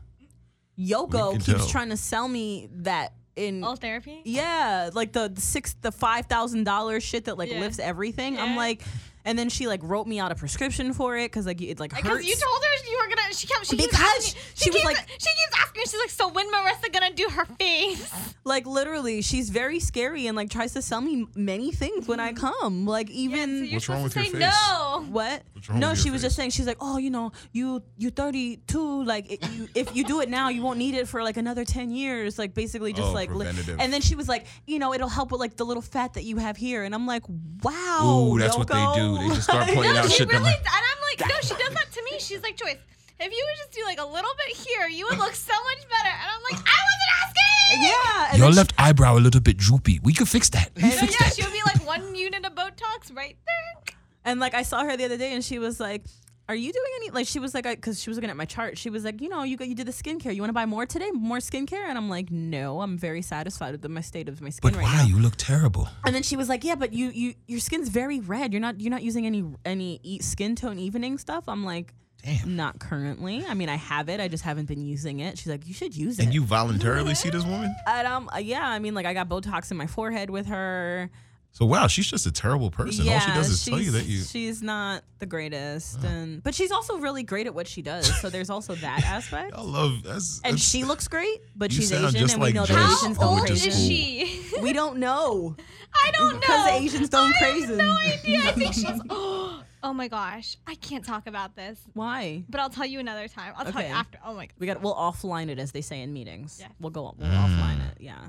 S9: Yoko
S8: We can
S9: keeps
S8: tell.
S9: trying to sell me that in.
S5: All therapy.
S9: yeah, like the the six, the five thousand dollars shit that like
S5: Yeah.
S9: lifts everything. I'm
S5: Yeah.
S9: like, and then she like wrote me out a prescription for it because like it like hurts.
S5: Because you told her you were gonna. She kept. She keeps
S9: Because
S5: asking- she,
S9: she was
S5: keeps,
S9: like-
S5: She keeps asking. She's like, so when Marissa gonna do her face?
S9: like literally, she's very scary and like tries to sell me many things when I
S5: Mm-hmm.
S9: come. Like even
S8: What's wrong with your
S5: say
S8: face?
S5: no.
S9: What?
S8: What's wrong
S9: No,
S8: with
S9: she
S8: your
S9: was
S8: face?
S9: just saying she's like, oh, you know, you you 32. Like, it, you, if you do it now, you won't need it for like another 10 years. Like, basically, just
S8: Oh,
S9: like, li-
S8: preventative.
S9: and then she was like, you know, it'll help with like the little fat that you have here. And I'm like, wow.
S8: Ooh, that's what they do. They just start pointing
S5: Oh, No,
S8: out
S5: she
S8: shit.
S5: really.
S8: that I'm like,
S5: And I'm like, no, she does that to me. She's like, Joyce, if you would just do like a little bit here, you would look so much better. And I'm like, I wasn't asking.
S9: Yeah. And
S6: Your
S9: then
S6: left eyebrow a little bit droopy. We could fix that. We
S5: So
S6: fix
S5: yeah,
S6: that.
S5: she would be like one unit of Botox right there.
S9: And like I saw her the other day, and she was like, "Are you doing any?" Like she was like, because she was looking at my chart. She was like, "You know, you got you did the skincare. You want to buy more today? More skincare?" And I'm like, "No, I'm very satisfied with the, my state of my skin
S6: But
S9: right
S6: wow,
S9: now."
S6: you look terrible.
S9: And then she was like, "Yeah, but you you your skin's very red. You're not you're not using any any e- skin tone evening stuff." I'm like.
S6: Damn.
S9: Not currently. I mean, I have it. I just haven't been using it. She's like, you should use it.
S8: and you voluntarily see this woman?
S9: and um, yeah. I mean, like, I got Botox in my forehead with her.
S8: So wow, she's just a terrible person.
S9: Yeah,
S8: All she does is tell you
S9: she's-
S8: that you.
S9: she's not the greatest, and but she's also really great at what she does. So there's also that aspect.
S8: I love that's.
S9: And
S8: that's-
S9: she looks great, but
S8: You
S9: she's
S8: sound
S9: Asian,
S8: just
S9: and
S8: like
S9: we know
S8: Joyce
S9: that
S8: How
S9: Asians
S8: I
S9: go
S8: went
S5: old
S8: to
S5: is
S9: crazy.
S8: school.
S5: she?
S9: We don't know
S5: I don't know.
S9: because Asians don't crazy.
S5: I think she's. Oh, my gosh, I can't talk about this,
S9: Why?
S5: but I'll tell you another time. I'll tell you
S9: Okay.
S5: after. Oh my god.
S9: We got. We'll offline it, as they say in meetings.
S5: Yeah.
S9: We'll go. We'll offline
S8: Mm.
S9: it. Yeah.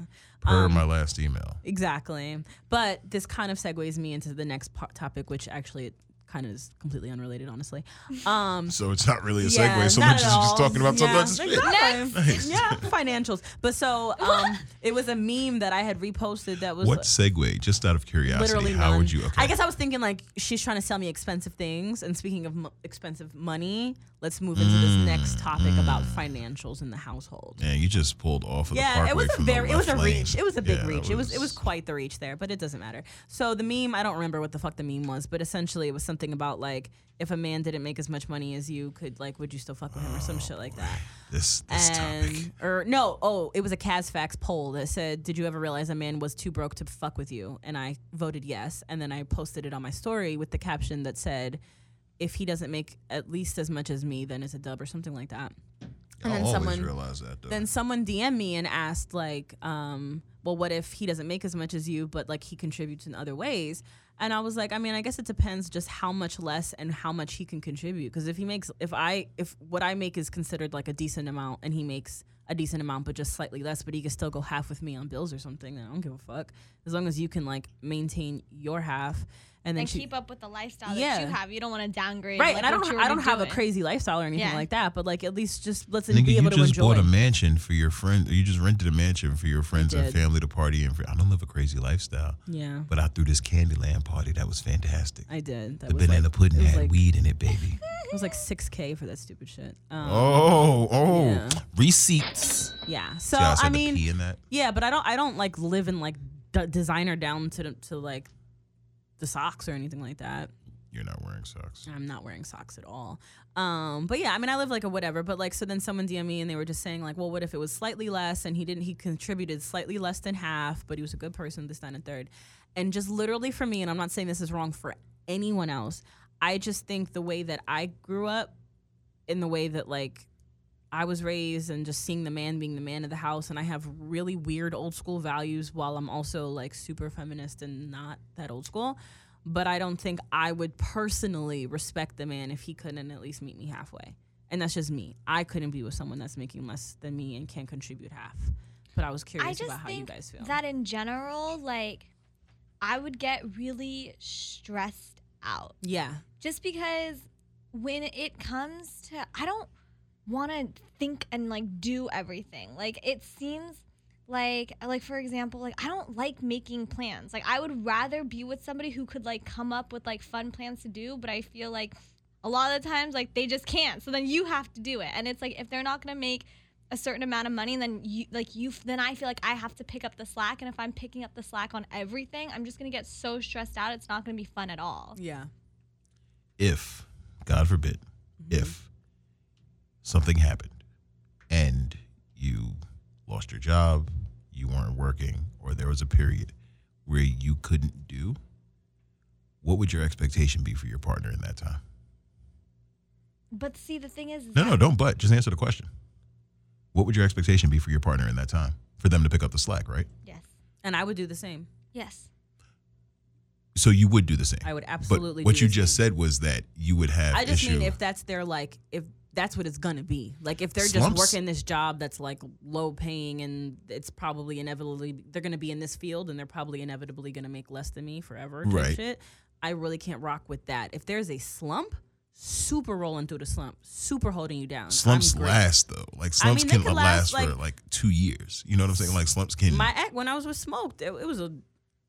S8: per
S9: um,
S8: my last email.
S9: Exactly. But this kind of segues me into the next po- topic, which actually kind of is completely unrelated, honestly. Um,
S8: So it's not really a segue
S9: yeah,
S8: so
S9: not
S8: much
S9: at
S8: as just
S9: all.
S8: talking about something
S9: Yeah,
S8: else.
S9: exactly.
S8: Nice.
S9: Yeah, financials. But so um, it was a meme that I had reposted that was
S8: What segue? Just out of curiosity,
S9: literally
S8: how
S9: none.
S8: would you? Okay,
S9: I guess I was thinking like she's trying to sell me expensive things. And speaking of m- expensive money, let's move into
S8: Mm,
S9: this next topic about financials in the household.
S8: Man, you just pulled off of the
S9: Yeah,
S8: parkway
S9: it was a
S8: from the
S9: very, it was a
S8: left
S9: reach.
S8: lane.
S9: It was a big
S8: Yeah,
S9: reach. It was, it was quite the reach there, but it doesn't matter. So the meme, I don't remember what the fuck the meme was, but essentially it was something about like if a man didn't make as much money as you could, like, would you still fuck with him or
S8: Oh,
S9: some shit like that?
S8: this this topic.
S9: or no, oh, it was a Casfax poll that said, "Did you ever realize a man was too broke to fuck with you?" And I voted yes, and then I posted it on my story with the caption that said, "If he doesn't make at least as much as me, then it's a dub" or something like that. And
S8: I
S9: then
S8: always
S9: someone
S8: realize that though.
S9: then someone DM me and asked like, um, well, what if he doesn't make as much as you, but like he contributes in other ways? And I was like, I mean, I guess it depends just how much less and how much he can contribute. Because if he makes, if I, if what I make is considered like a decent amount, and he makes a decent amount but just slightly less, but he can still go half with me on bills or something, then I don't give a fuck. As long as you can like maintain your half, and then
S5: And
S9: she,
S5: keep up with the lifestyle
S9: Yeah.
S5: that you have. You don't want to downgrade.
S9: right.
S5: like,
S9: and I
S5: what
S9: don't,
S5: you
S9: I
S5: already
S9: don't have a
S5: doing.
S9: crazy lifestyle or anything
S5: Yeah.
S9: like that. But like at least just let's
S8: Nigga,
S9: be able
S8: you
S9: to
S8: just
S9: enjoy.
S8: bought a mansion for your friend. You just rented a mansion for your friends and
S9: did.
S8: family to party in. For, I don't live a crazy lifestyle,
S9: yeah,
S8: but I threw this Candyland party that was fantastic.
S9: I did. That
S8: the
S9: was like-
S8: banana pudding
S9: it was
S8: had
S9: like-
S8: weed in it, baby.
S9: It was like six k for that stupid shit. Um,
S8: oh, oh,
S9: yeah.
S8: receipts.
S9: yeah. So
S8: See how I said
S9: I
S8: the P
S9: mean,
S8: in that.
S9: yeah, but I don't, I don't like live in like d- designer down to the, to like the socks or anything like that.
S8: You're not wearing socks.
S9: I'm not wearing socks at all. Um, but yeah, I mean, I live like a whatever. But like, so then someone DM me and they were just saying like, well, what if it was slightly less and he didn't, he contributed slightly less than half, but he was a good person, this, that, and third. And just literally for me, and I'm not saying this is wrong for anyone else. I just think the way that I grew up, in the way that like I was raised and just seeing the man being the man of the house, and I have really weird old school values while I'm also like super feminist and not that old school. But I don't think I would personally respect the man if he couldn't at least meet me halfway. And that's just me. I couldn't be with someone that's making less than me and can't contribute half. But I was curious
S5: I just
S9: about how you
S5: think
S9: guys feel.
S5: that in general, like, I would get really stressed out
S9: yeah.
S5: just because when it comes to, I don't want to think and like do everything. Like, it seems like like for example like i don't like making plans like i would rather be with somebody who could like come up with like fun plans to do but i feel like a lot of the times like they just can't so then you have to do it and it's like if they're not going to make a certain amount of money then you like you then i feel like i have to pick up the slack and if i'm picking up the slack on everything i'm just going to get so stressed out it's not going to be fun at all
S9: Yeah.
S8: if, God forbid,
S9: Mm-hmm.
S8: if something happened and you lost your job, you weren't working, or there was a period where you couldn't do, what would your expectation be for your partner in that time?
S5: but see the thing is, is
S8: No,
S5: that-
S8: no, don't but. Just answer the question. What would your expectation be for your partner in that time? For them to pick up the slack, right?
S5: yes
S9: And I would do the same.
S5: yes
S8: So you would do the same.
S9: I would
S8: But
S9: absolutely
S8: what
S9: do
S8: you
S9: the
S8: just
S9: same.
S8: said was that you would have
S9: I just
S8: issue.
S9: mean if that's their like if that's what it's gonna be. Like if they're
S8: Slumps.
S9: just working this job that's like low paying and it's probably inevitably they're gonna be in this field and they're probably inevitably gonna make less than me forever. type
S8: Right.
S9: Shit. I really can't rock with that. If there's a slump, super rolling through the slump, super holding you down.
S8: slumps
S9: I'm great.
S8: last though. Like slumps
S9: mean, they
S8: can
S9: could
S8: last,
S9: last,
S8: for
S9: like-
S8: like two years. You know what I'm saying? Like slumps can.
S9: My ex, when I was with Smoked, it, it was a,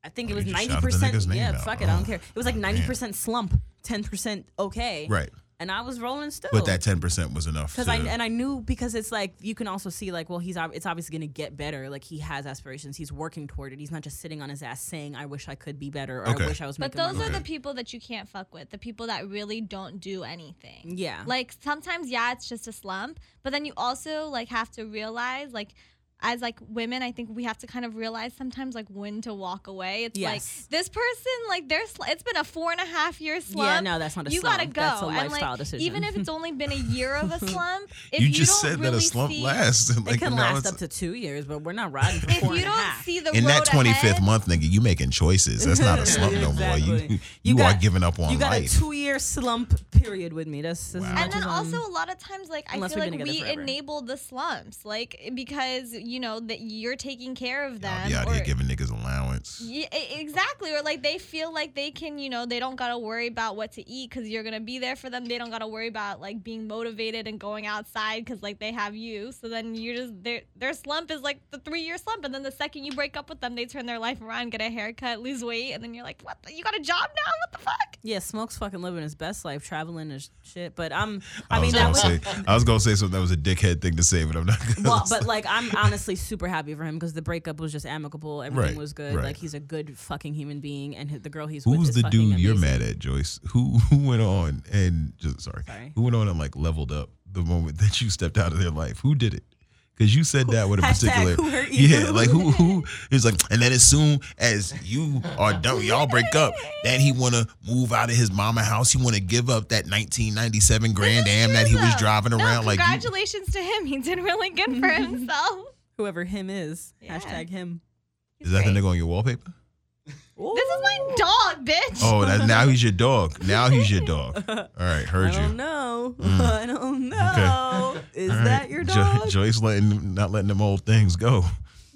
S9: I think it
S8: Oh,
S9: was
S8: you just
S9: ninety
S8: shouted the nigga's
S9: percent.
S8: name
S9: Yeah,
S8: out.
S9: fuck it, I
S8: Oh,
S9: don't care. It was like ninety percent slump, ten percent okay.
S8: right,
S9: And I was rolling still.
S8: but that ten percent was enough.
S9: because
S8: to-
S9: Oh. I and I knew because it's like you can also see like well he's ob- it's obviously gonna get better like he has aspirations he's working toward it he's not just sitting on his ass saying I wish I could be better or
S8: Okay.
S9: I wish I was
S5: but
S9: making
S5: those
S9: more
S5: are the
S8: Okay.
S5: people that you can't fuck with the people that really don't do anything
S9: money." yeah
S5: like sometimes yeah it's just a slump but then you also like have to realize like as like women i think we have to kind of realize sometimes like when to walk away it's
S9: Yes.
S5: like this person like they're sl- it's been a four and a half year slump
S9: yeah no that's not a
S5: you
S9: slump.
S5: gotta go
S9: that's a
S5: and
S9: lifestyle
S5: like
S9: decision
S5: even if it's only been a year of a slump if
S8: you,
S5: you,
S8: just
S5: don't
S8: said
S5: really
S8: that a slump
S5: see,
S8: lasts. and,
S9: it
S8: Like,
S9: can
S8: now
S9: last
S8: it's-
S9: up to two years but we're not riding for
S5: if
S9: four
S5: you
S9: and a
S5: don't
S9: half.
S5: see the
S8: in
S5: road
S8: that twenty fifth
S5: ahead-
S8: month, nigga, you making choices. That's not a slump no more. You
S9: Exactly.
S8: you, are
S9: got-
S8: giving up on
S9: you got
S8: life.
S9: a two year slump period with me that's as
S8: Wow.
S9: much
S5: and then
S9: as I'm-
S5: also a lot of times like i
S9: um, Unless
S5: feel
S9: we've
S5: like
S9: been
S5: we
S9: together forever.
S5: enable the slumps like because you know that you're taking care of them
S8: I'll be out
S5: or
S8: here giving niggas allowance.
S5: Yeah, e- exactly. Or like they feel like they can, you know, they don't gotta worry about what to eat because you're gonna be there for them. They don't gotta worry about like being motivated and going outside because like they have you. So then you're just their their slump is like the three year slump, and then the second you break up with them, they turn their life around, get a haircut, lose weight, and then you're like, what? The, you got a job now? What the fuck?
S9: yeah smokes fucking living his best life traveling and shit but I'm I,
S8: I,
S9: mean
S8: was
S9: that
S8: gonna
S9: was
S8: say I was gonna say something that was a dickhead thing to say, but I'm not. Gonna
S9: well, but like I'm honestly super happy for him because the breakup was just amicable. Everything
S8: Right,
S9: was good.
S8: right.
S9: Like he's a good fucking human being, and his, the girl he's with
S8: Who's
S9: is
S8: the
S9: fucking
S8: dude you're
S9: amazing.
S8: mad at, Joyce? Who who went on and just sorry,
S9: Sorry.
S8: who went on and like leveled up the moment that you stepped out of their life? Who did it? Because you said that with a
S9: Hashtag
S8: particular,
S9: who hurt you.
S8: yeah, like who who is like, and then as soon as you are done, y'all break up. Then he want to move out of his mama house. He want to give up that 1997 Grand Am that he was
S5: So,
S8: driving
S5: no,
S8: around. Like, you-
S5: congratulations to him. He did really good for himself.
S9: Whoever him is,
S5: Yeah.
S9: hashtag him.
S8: is that the nigga on your wallpaper?
S5: This is my dog, bitch.
S8: Oh, that, now he's your dog. Now he's your dog. All right, heard
S9: I
S8: you. Mm.
S9: don't know. I don't know. Is
S8: All right.
S9: that your
S8: Jo-
S9: dog?
S8: Joyce letting not letting them old things go.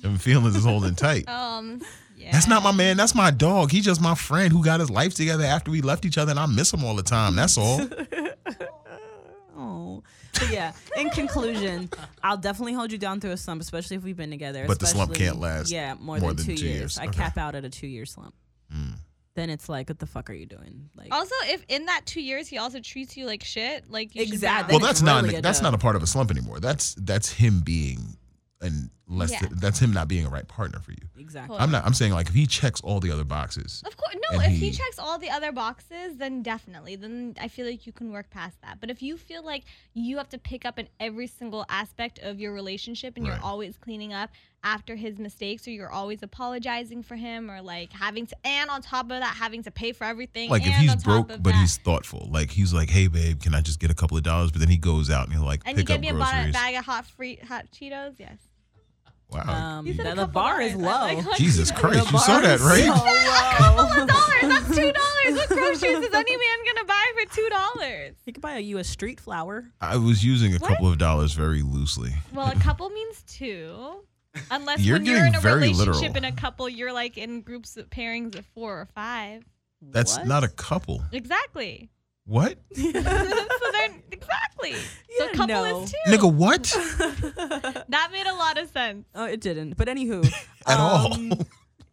S8: Them feelings is holding tight.
S9: Oh,
S5: Um, yeah.
S8: Oh. That's not my man. That's my dog. He's just my friend who got his life together after we left each other, and I miss him all the time. That's all.
S9: Oh, but yeah. In conclusion, I'll definitely hold you down through a slump, especially if we've been together.
S8: But the slump
S9: especially-
S8: can't last
S9: Yeah, more, than, two, years. I
S8: Okay. Mm.
S9: cap out at a two-year slump. Then it's like, what the fuck are you doing? Like,
S5: Also, if in that two years he also treats you like shit, like you should
S9: Exactly.
S8: well,
S5: bounce.
S9: it's
S8: that's not
S9: really a
S8: that's
S9: dog.
S8: not a part of a slump anymore. That's that's him being an less
S5: Yeah.
S8: th- that's him not being a right partner for you.
S9: Exactly.
S8: I'm not I'm saying like if he checks all the other boxes.
S5: Of course, no.
S8: And
S5: if he,
S8: he-
S5: checks all the other boxes, then definitely, then I feel like you can work past that. But if you feel like you have to pick up in every single aspect of your relationship, and
S8: Right.
S5: you're always cleaning up after his mistakes, or you're always apologizing for him, or like having to, and on top of that, having to pay for everything.
S8: Like
S5: and
S8: if he's
S5: on top
S8: broke
S5: of
S8: but
S5: that,
S8: he's thoughtful. Like he's like, "Hey babe, can I just get a couple of dollars?" But then he goes out and he like
S5: and you
S8: pick
S5: give
S8: up
S5: me a bon-
S8: groceries.
S5: bag of hot free hot Cheetos, yes.
S8: Wow.
S9: Um,
S5: said a
S9: the, the
S5: couple
S9: bar is
S5: dollars.
S9: low.
S5: I'm like, what?
S8: Jesus
S5: The
S8: Christ, you saw
S9: bar
S8: that,
S9: is
S8: right?
S9: So low.
S5: Four dollars. That's two dollars. What groceries is any man gonna buy for two dollars?
S9: You could buy you a street flower.
S8: I was using a couple of dollars very loosely.
S5: Well, a couple means two. Unless
S8: You're
S5: when you're
S8: getting
S5: in a
S8: very
S5: relationship
S8: literal.
S5: in a couple, you're like in groups of pairings of four or five.
S8: That's
S9: What?
S8: not a couple.
S5: Exactly.
S8: What?
S5: so they're exactly. so
S9: Yeah,
S5: couple
S9: no.
S5: is two.
S8: Nigga, what?
S5: That made a lot of sense.
S9: Oh, it didn't. But anywho,
S8: At all.
S9: um,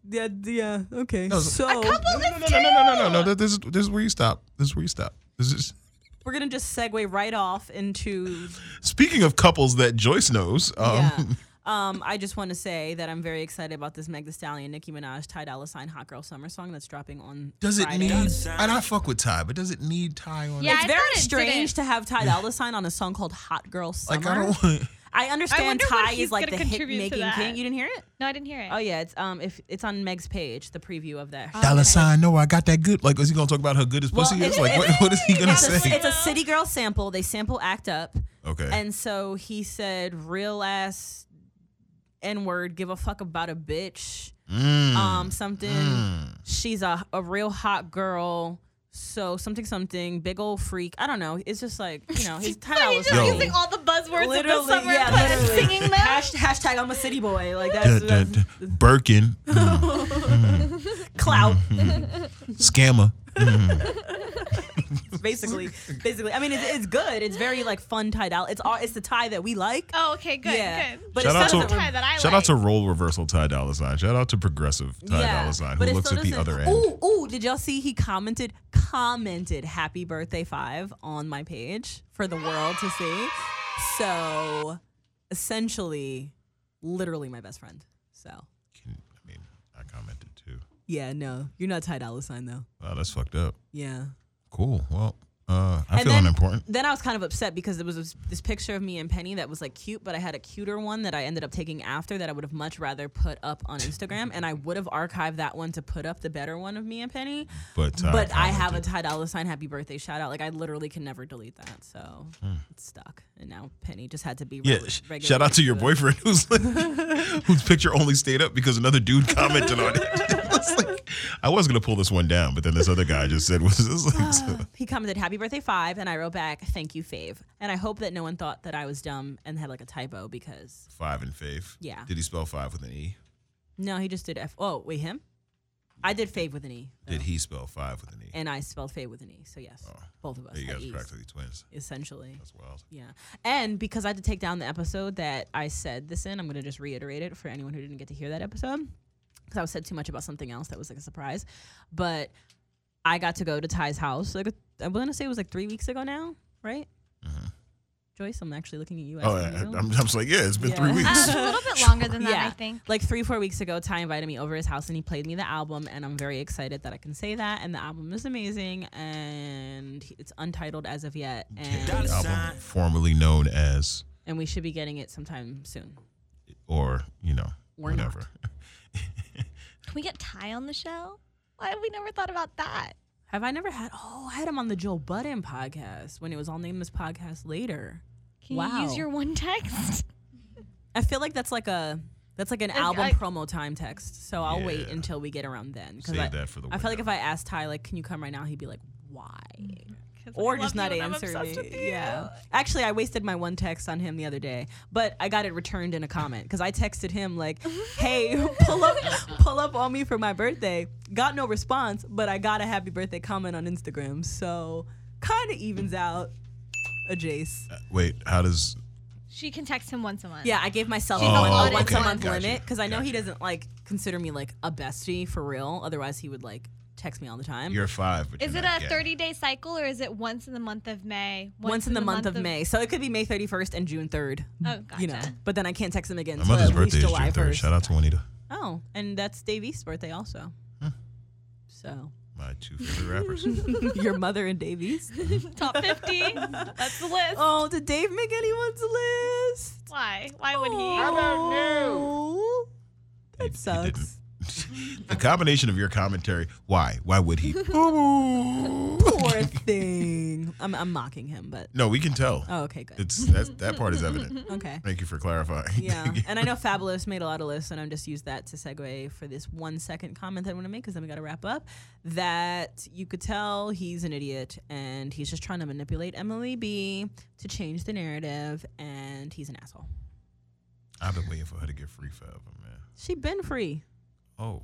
S9: Yeah, yeah. Okay.
S8: No, so-
S9: so
S8: No, no, no, no, no, no, no, no, no. This is this is where you stop. This is where you stop. This is
S9: we're gonna just segue right off into
S8: speaking of couples that Joyce knows. Um,
S9: yeah. Um, I just want to say that I'm very excited about this Meg Thee Stallion, Nicki Minaj, Ty Dolla Sign, Hot Girl Summer song that's dropping on.
S8: Does it
S9: Friday.
S8: need? And I fuck with Ty, but does it need Ty on?
S5: Yeah,
S8: it?
S5: I
S9: It's very
S5: thought it
S9: strange
S5: didn't.
S9: to have Ty Dolla Sign on a song called Hot Girl Summer.
S8: like I don't. want
S9: I understand
S5: wonder what
S9: Ty
S5: he's
S9: is like the
S5: gonna
S9: hit
S5: contribute to
S9: making
S5: that.
S9: king. You didn't hear it?
S5: No, I didn't hear it.
S9: Oh yeah, it's um, if it's on Meg's page, the preview of that.
S8: Dollar sign. No, I got that good. Like, is he gonna talk about how good his
S9: Well,
S8: pussy
S9: it's-
S8: is? Like, what, what is he gonna
S9: it's, a,
S8: say?
S9: it's a city girl sample. They sample Act Up,
S8: Okay.
S9: and so he said, "Real ass n word, give a fuck about a bitch,
S8: Mm.
S9: um, something. She's a a real hot girl." So something something big old freak. I don't know. It's just like you know he's Ty Dolla
S5: He's just
S8: Yo.
S9: Sign.
S5: using all the buzzwords of
S9: Literally,
S5: the summer
S9: yeah,
S5: and kind of
S9: literally.
S5: singing them.
S9: Hash, hashtag I'm a city boy. Like
S8: Duh,
S9: that's,
S8: duh,
S9: that's
S8: duh. Birkin, Mm.
S9: clout.
S8: scammer.
S9: basically, basically. I mean, it's, it's good. It's very like fun tied out. It's all it's the tie that we like.
S5: Oh, okay, good,
S9: yeah,
S5: good.
S9: but
S8: Shout
S9: it
S8: out
S9: still
S8: to-
S9: doesn't
S5: Tie that I like.
S8: Shout out to role reversal Ty Dolla Sign. Shout out to progressive Ty
S9: yeah,
S8: Dolla Sign
S9: but
S8: who
S9: it
S8: looks
S9: still
S8: at the
S9: doesn't-
S8: other end.
S9: Ooh, ooh! Did y'all see he commented commented "Happy Birthday Five on my page for the world to see? So, essentially, literally my best friend. So,
S8: I mean, I commented too.
S9: yeah, no, you're not Ty Dolla Sign though.
S8: Wow, that's fucked up.
S9: Yeah.
S8: Cool. Well, uh, I
S9: And
S8: feel
S9: then-
S8: unimportant.
S9: Then I was kind of upset because there was this, this picture of me and Penny that was like cute, but I had a cuter one that I ended up taking after that I would have much rather put up on Instagram, and I would have archived that one to put up the better one of me and Penny.
S8: But uh, Ty
S9: but I have a
S8: commented.
S9: Ty Dolla Sign happy birthday shout out. Like I literally can never delete that, so it's stuck. And now Penny just had to be
S8: Hmm. Yeah,
S9: rel-
S8: sh-
S9: regular-
S8: shout out to your boyfriend who's like, whose picture only stayed up because another dude commented on it. It's like, I was gonna pull this one down, but then this other guy just said, "Was this like?"
S9: He commented happy birthday five, and I wrote back thank you fave. And I hope that no one thought that I was dumb and had like a typo because
S8: Five and fave.
S9: Yeah.
S8: Did he spell five with an e?
S9: no, he just did f. Oh wait, him? I did fave with an e. though.
S8: Did he spell five with an e?
S9: and I spelled Faye with an E. So yes, both of us.
S8: Oh, you
S9: had
S8: guys are
S9: E's,
S8: practically twins.
S9: essentially.
S8: That's wild.
S9: Yeah. And because I had to take down the episode that I said this in, I'm going to just reiterate it for anyone who didn't get to hear that episode because I was said too much about something else that was like a surprise. But I got to go to Ty's house. Like I'm going to say it was like three weeks ago now, right? Joyce, I'm actually looking at you.
S8: Mm-hmm. Oh,
S9: asking
S8: yeah.
S9: you.
S8: I'm, I'm just like, yeah, it's been three
S9: Yeah.
S8: weeks.
S5: Uh, a little bit longer than that,
S9: yeah,
S5: I think.
S9: like three, four weeks ago, Ty invited me over his house and he played me the album, and I'm very excited that I can say that. And the album is amazing, and he- it's untitled as of yet, and,
S8: The album formerly known as,
S9: and we should be getting it sometime soon.
S8: or you know,
S9: Or not.
S8: whatever.
S5: Can we get Ty on the show? Why have we never thought about that?
S9: Have I never had? Oh, I had him on the Joe Budden podcast when it was all nameless podcast later.
S5: Can you
S9: Wow.
S5: use your one text?
S9: I feel like that's like a that's like an album
S5: I-
S9: promo time text. So I'll wait
S8: Yeah.
S9: until we get around then.
S8: Save
S9: I,
S8: that for the
S9: I feel like if
S8: window.
S9: I asked Ty like, "Can you come right now?" He'd be like, "Why?"
S5: 'Cause I
S9: or just not
S5: love you and I'm
S9: answer
S5: obsessed
S9: me.
S5: with you.
S9: Yeah. Actually, I wasted my one text on him the other day, but I got it returned in a comment because I texted him like, "Hey, pull up, pull up on me for my birthday." Got no response, but I got a happy birthday comment on Instagram, so kind of evens out. A Jace.
S8: Wait, how does?
S5: She can text him once a month.
S9: Yeah, I gave myself
S8: She's
S9: a
S8: on
S9: one-
S8: audit
S9: once a
S8: one.
S9: month
S8: Gotcha,
S9: limit because I know he
S8: gotcha.
S9: doesn't like consider me like a bestie for real. Otherwise, he would like text me all the time.
S8: You're five. But
S5: Is
S8: you're
S5: it
S8: not
S5: a
S8: gay.
S5: 30 day cycle or is it once in the month of May?
S9: once, in the, month, of May. So it could be May 31st and June 3rd.
S5: Oh,
S9: You know,
S5: gotcha.
S9: but then I can't text them again.
S8: My
S9: until
S8: mother's
S9: at least
S8: birthday is June
S9: July
S8: 3rd.
S9: 1st.
S8: Shout out to Juanita,
S9: Oh, and that's Dave East's birthday also.
S8: Hmm.
S9: So
S8: my two favorite rappers.
S9: your mother and Dave East.
S5: Top 50. That's the list.
S9: Oh, did Dave make anyone's list?
S5: Why? Why would
S9: How
S5: he?
S9: about no?
S8: He-
S9: That
S8: he
S9: sucks.
S8: didn't. the combination of your commentary, why? Why would he?
S9: Poor thing. I'm, I'm mocking him, but
S8: no, we can tell.
S9: oh, okay, good.
S8: It's that that part is evident.
S9: Okay.
S8: Thank you for clarifying.
S9: Yeah, and I know Fabulous made a lot of lists, and I'm just use that to segue for this one second comment that I want to make because then we got to wrap up. That you could tell he's an idiot, and he's just trying to manipulate Emily B to change the narrative, and he's an asshole.
S8: I've been waiting for her to get free forever, man.
S9: She been free.
S8: Oh,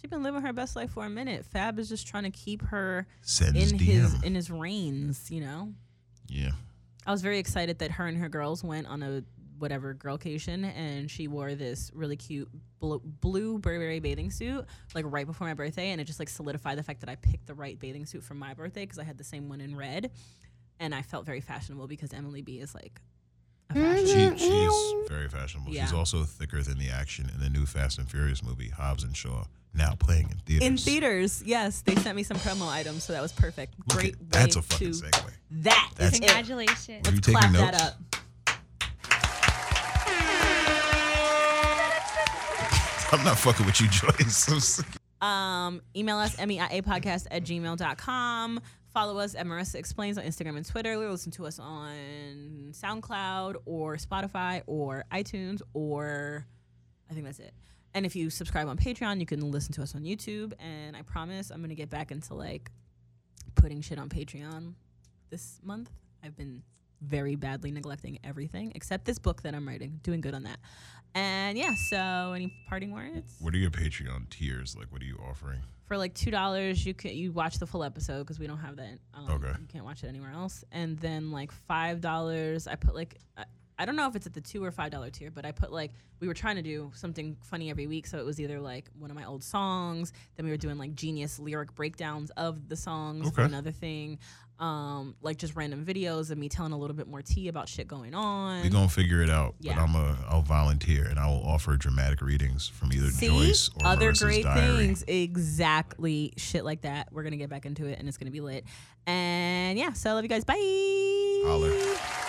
S9: She been living her best life for a minute. Fab is just trying to keep her
S8: send
S9: in
S8: his
S9: his
S8: DM.
S9: in his reins. You know,
S8: yeah,
S9: I was very excited that her and her girls went on a whatever girlcation and she wore this really cute bl- blue Burberry bathing suit like right before my birthday and it just like solidified the fact that I picked the right bathing suit for my birthday because I had the same one in red and I felt very fashionable because Emily B is like a fashion.
S8: she she's very fashionable. She's
S9: Mm-hmm. Yeah.
S8: also thicker than the action in the new Fast and Furious movie, Hobbs and Shaw, now playing in theaters.
S9: in theaters, yes, they sent me some promo items, so that was perfect.
S8: Look
S9: Great
S8: at- that's
S9: way
S8: a fucking
S9: to
S8: segue.
S9: that is
S8: That's-
S9: it.
S5: Congratulations.
S8: Were you taking
S9: Clap
S8: notes?
S9: that up.
S8: I'm not fucking with you, Joyce. I'm sick.
S9: Um, email us, podcast at gmail.com. Follow us at Marissa Explains on Instagram and Twitter. Listen to us on SoundCloud or Spotify or iTunes or I think that's it. And if you subscribe on Patreon, you can listen to us on YouTube. And I promise I'm going to get back into like putting shit on Patreon this month. I've been very badly neglecting everything except this book that I'm writing. Doing good on that. And yeah, so any parting words?
S8: What are your Patreon tiers like? What are you offering?
S9: for like two dollars you can you watch the full episode because we don't have that um,
S8: Okay.
S9: you can't watch it anywhere else and then like five dollars i put like I, I don't know if it's at the two or five dollar tier but i put like we were trying to do something funny every week so it was either like one of my old songs then we were doing like genius lyric breakdowns of the songs
S8: Okay.
S9: another thing um like just random videos of me telling a little bit more tea about shit going on
S8: We're gonna figure it out. But
S9: Yeah.
S8: I'm a I'll volunteer and I will offer dramatic readings from either Joyce or
S9: other
S8: Marissa's
S9: great
S8: diary.
S9: things exactly shit like that we're gonna get back into it and it's gonna be lit and yeah so I love you guys bye
S8: Holler.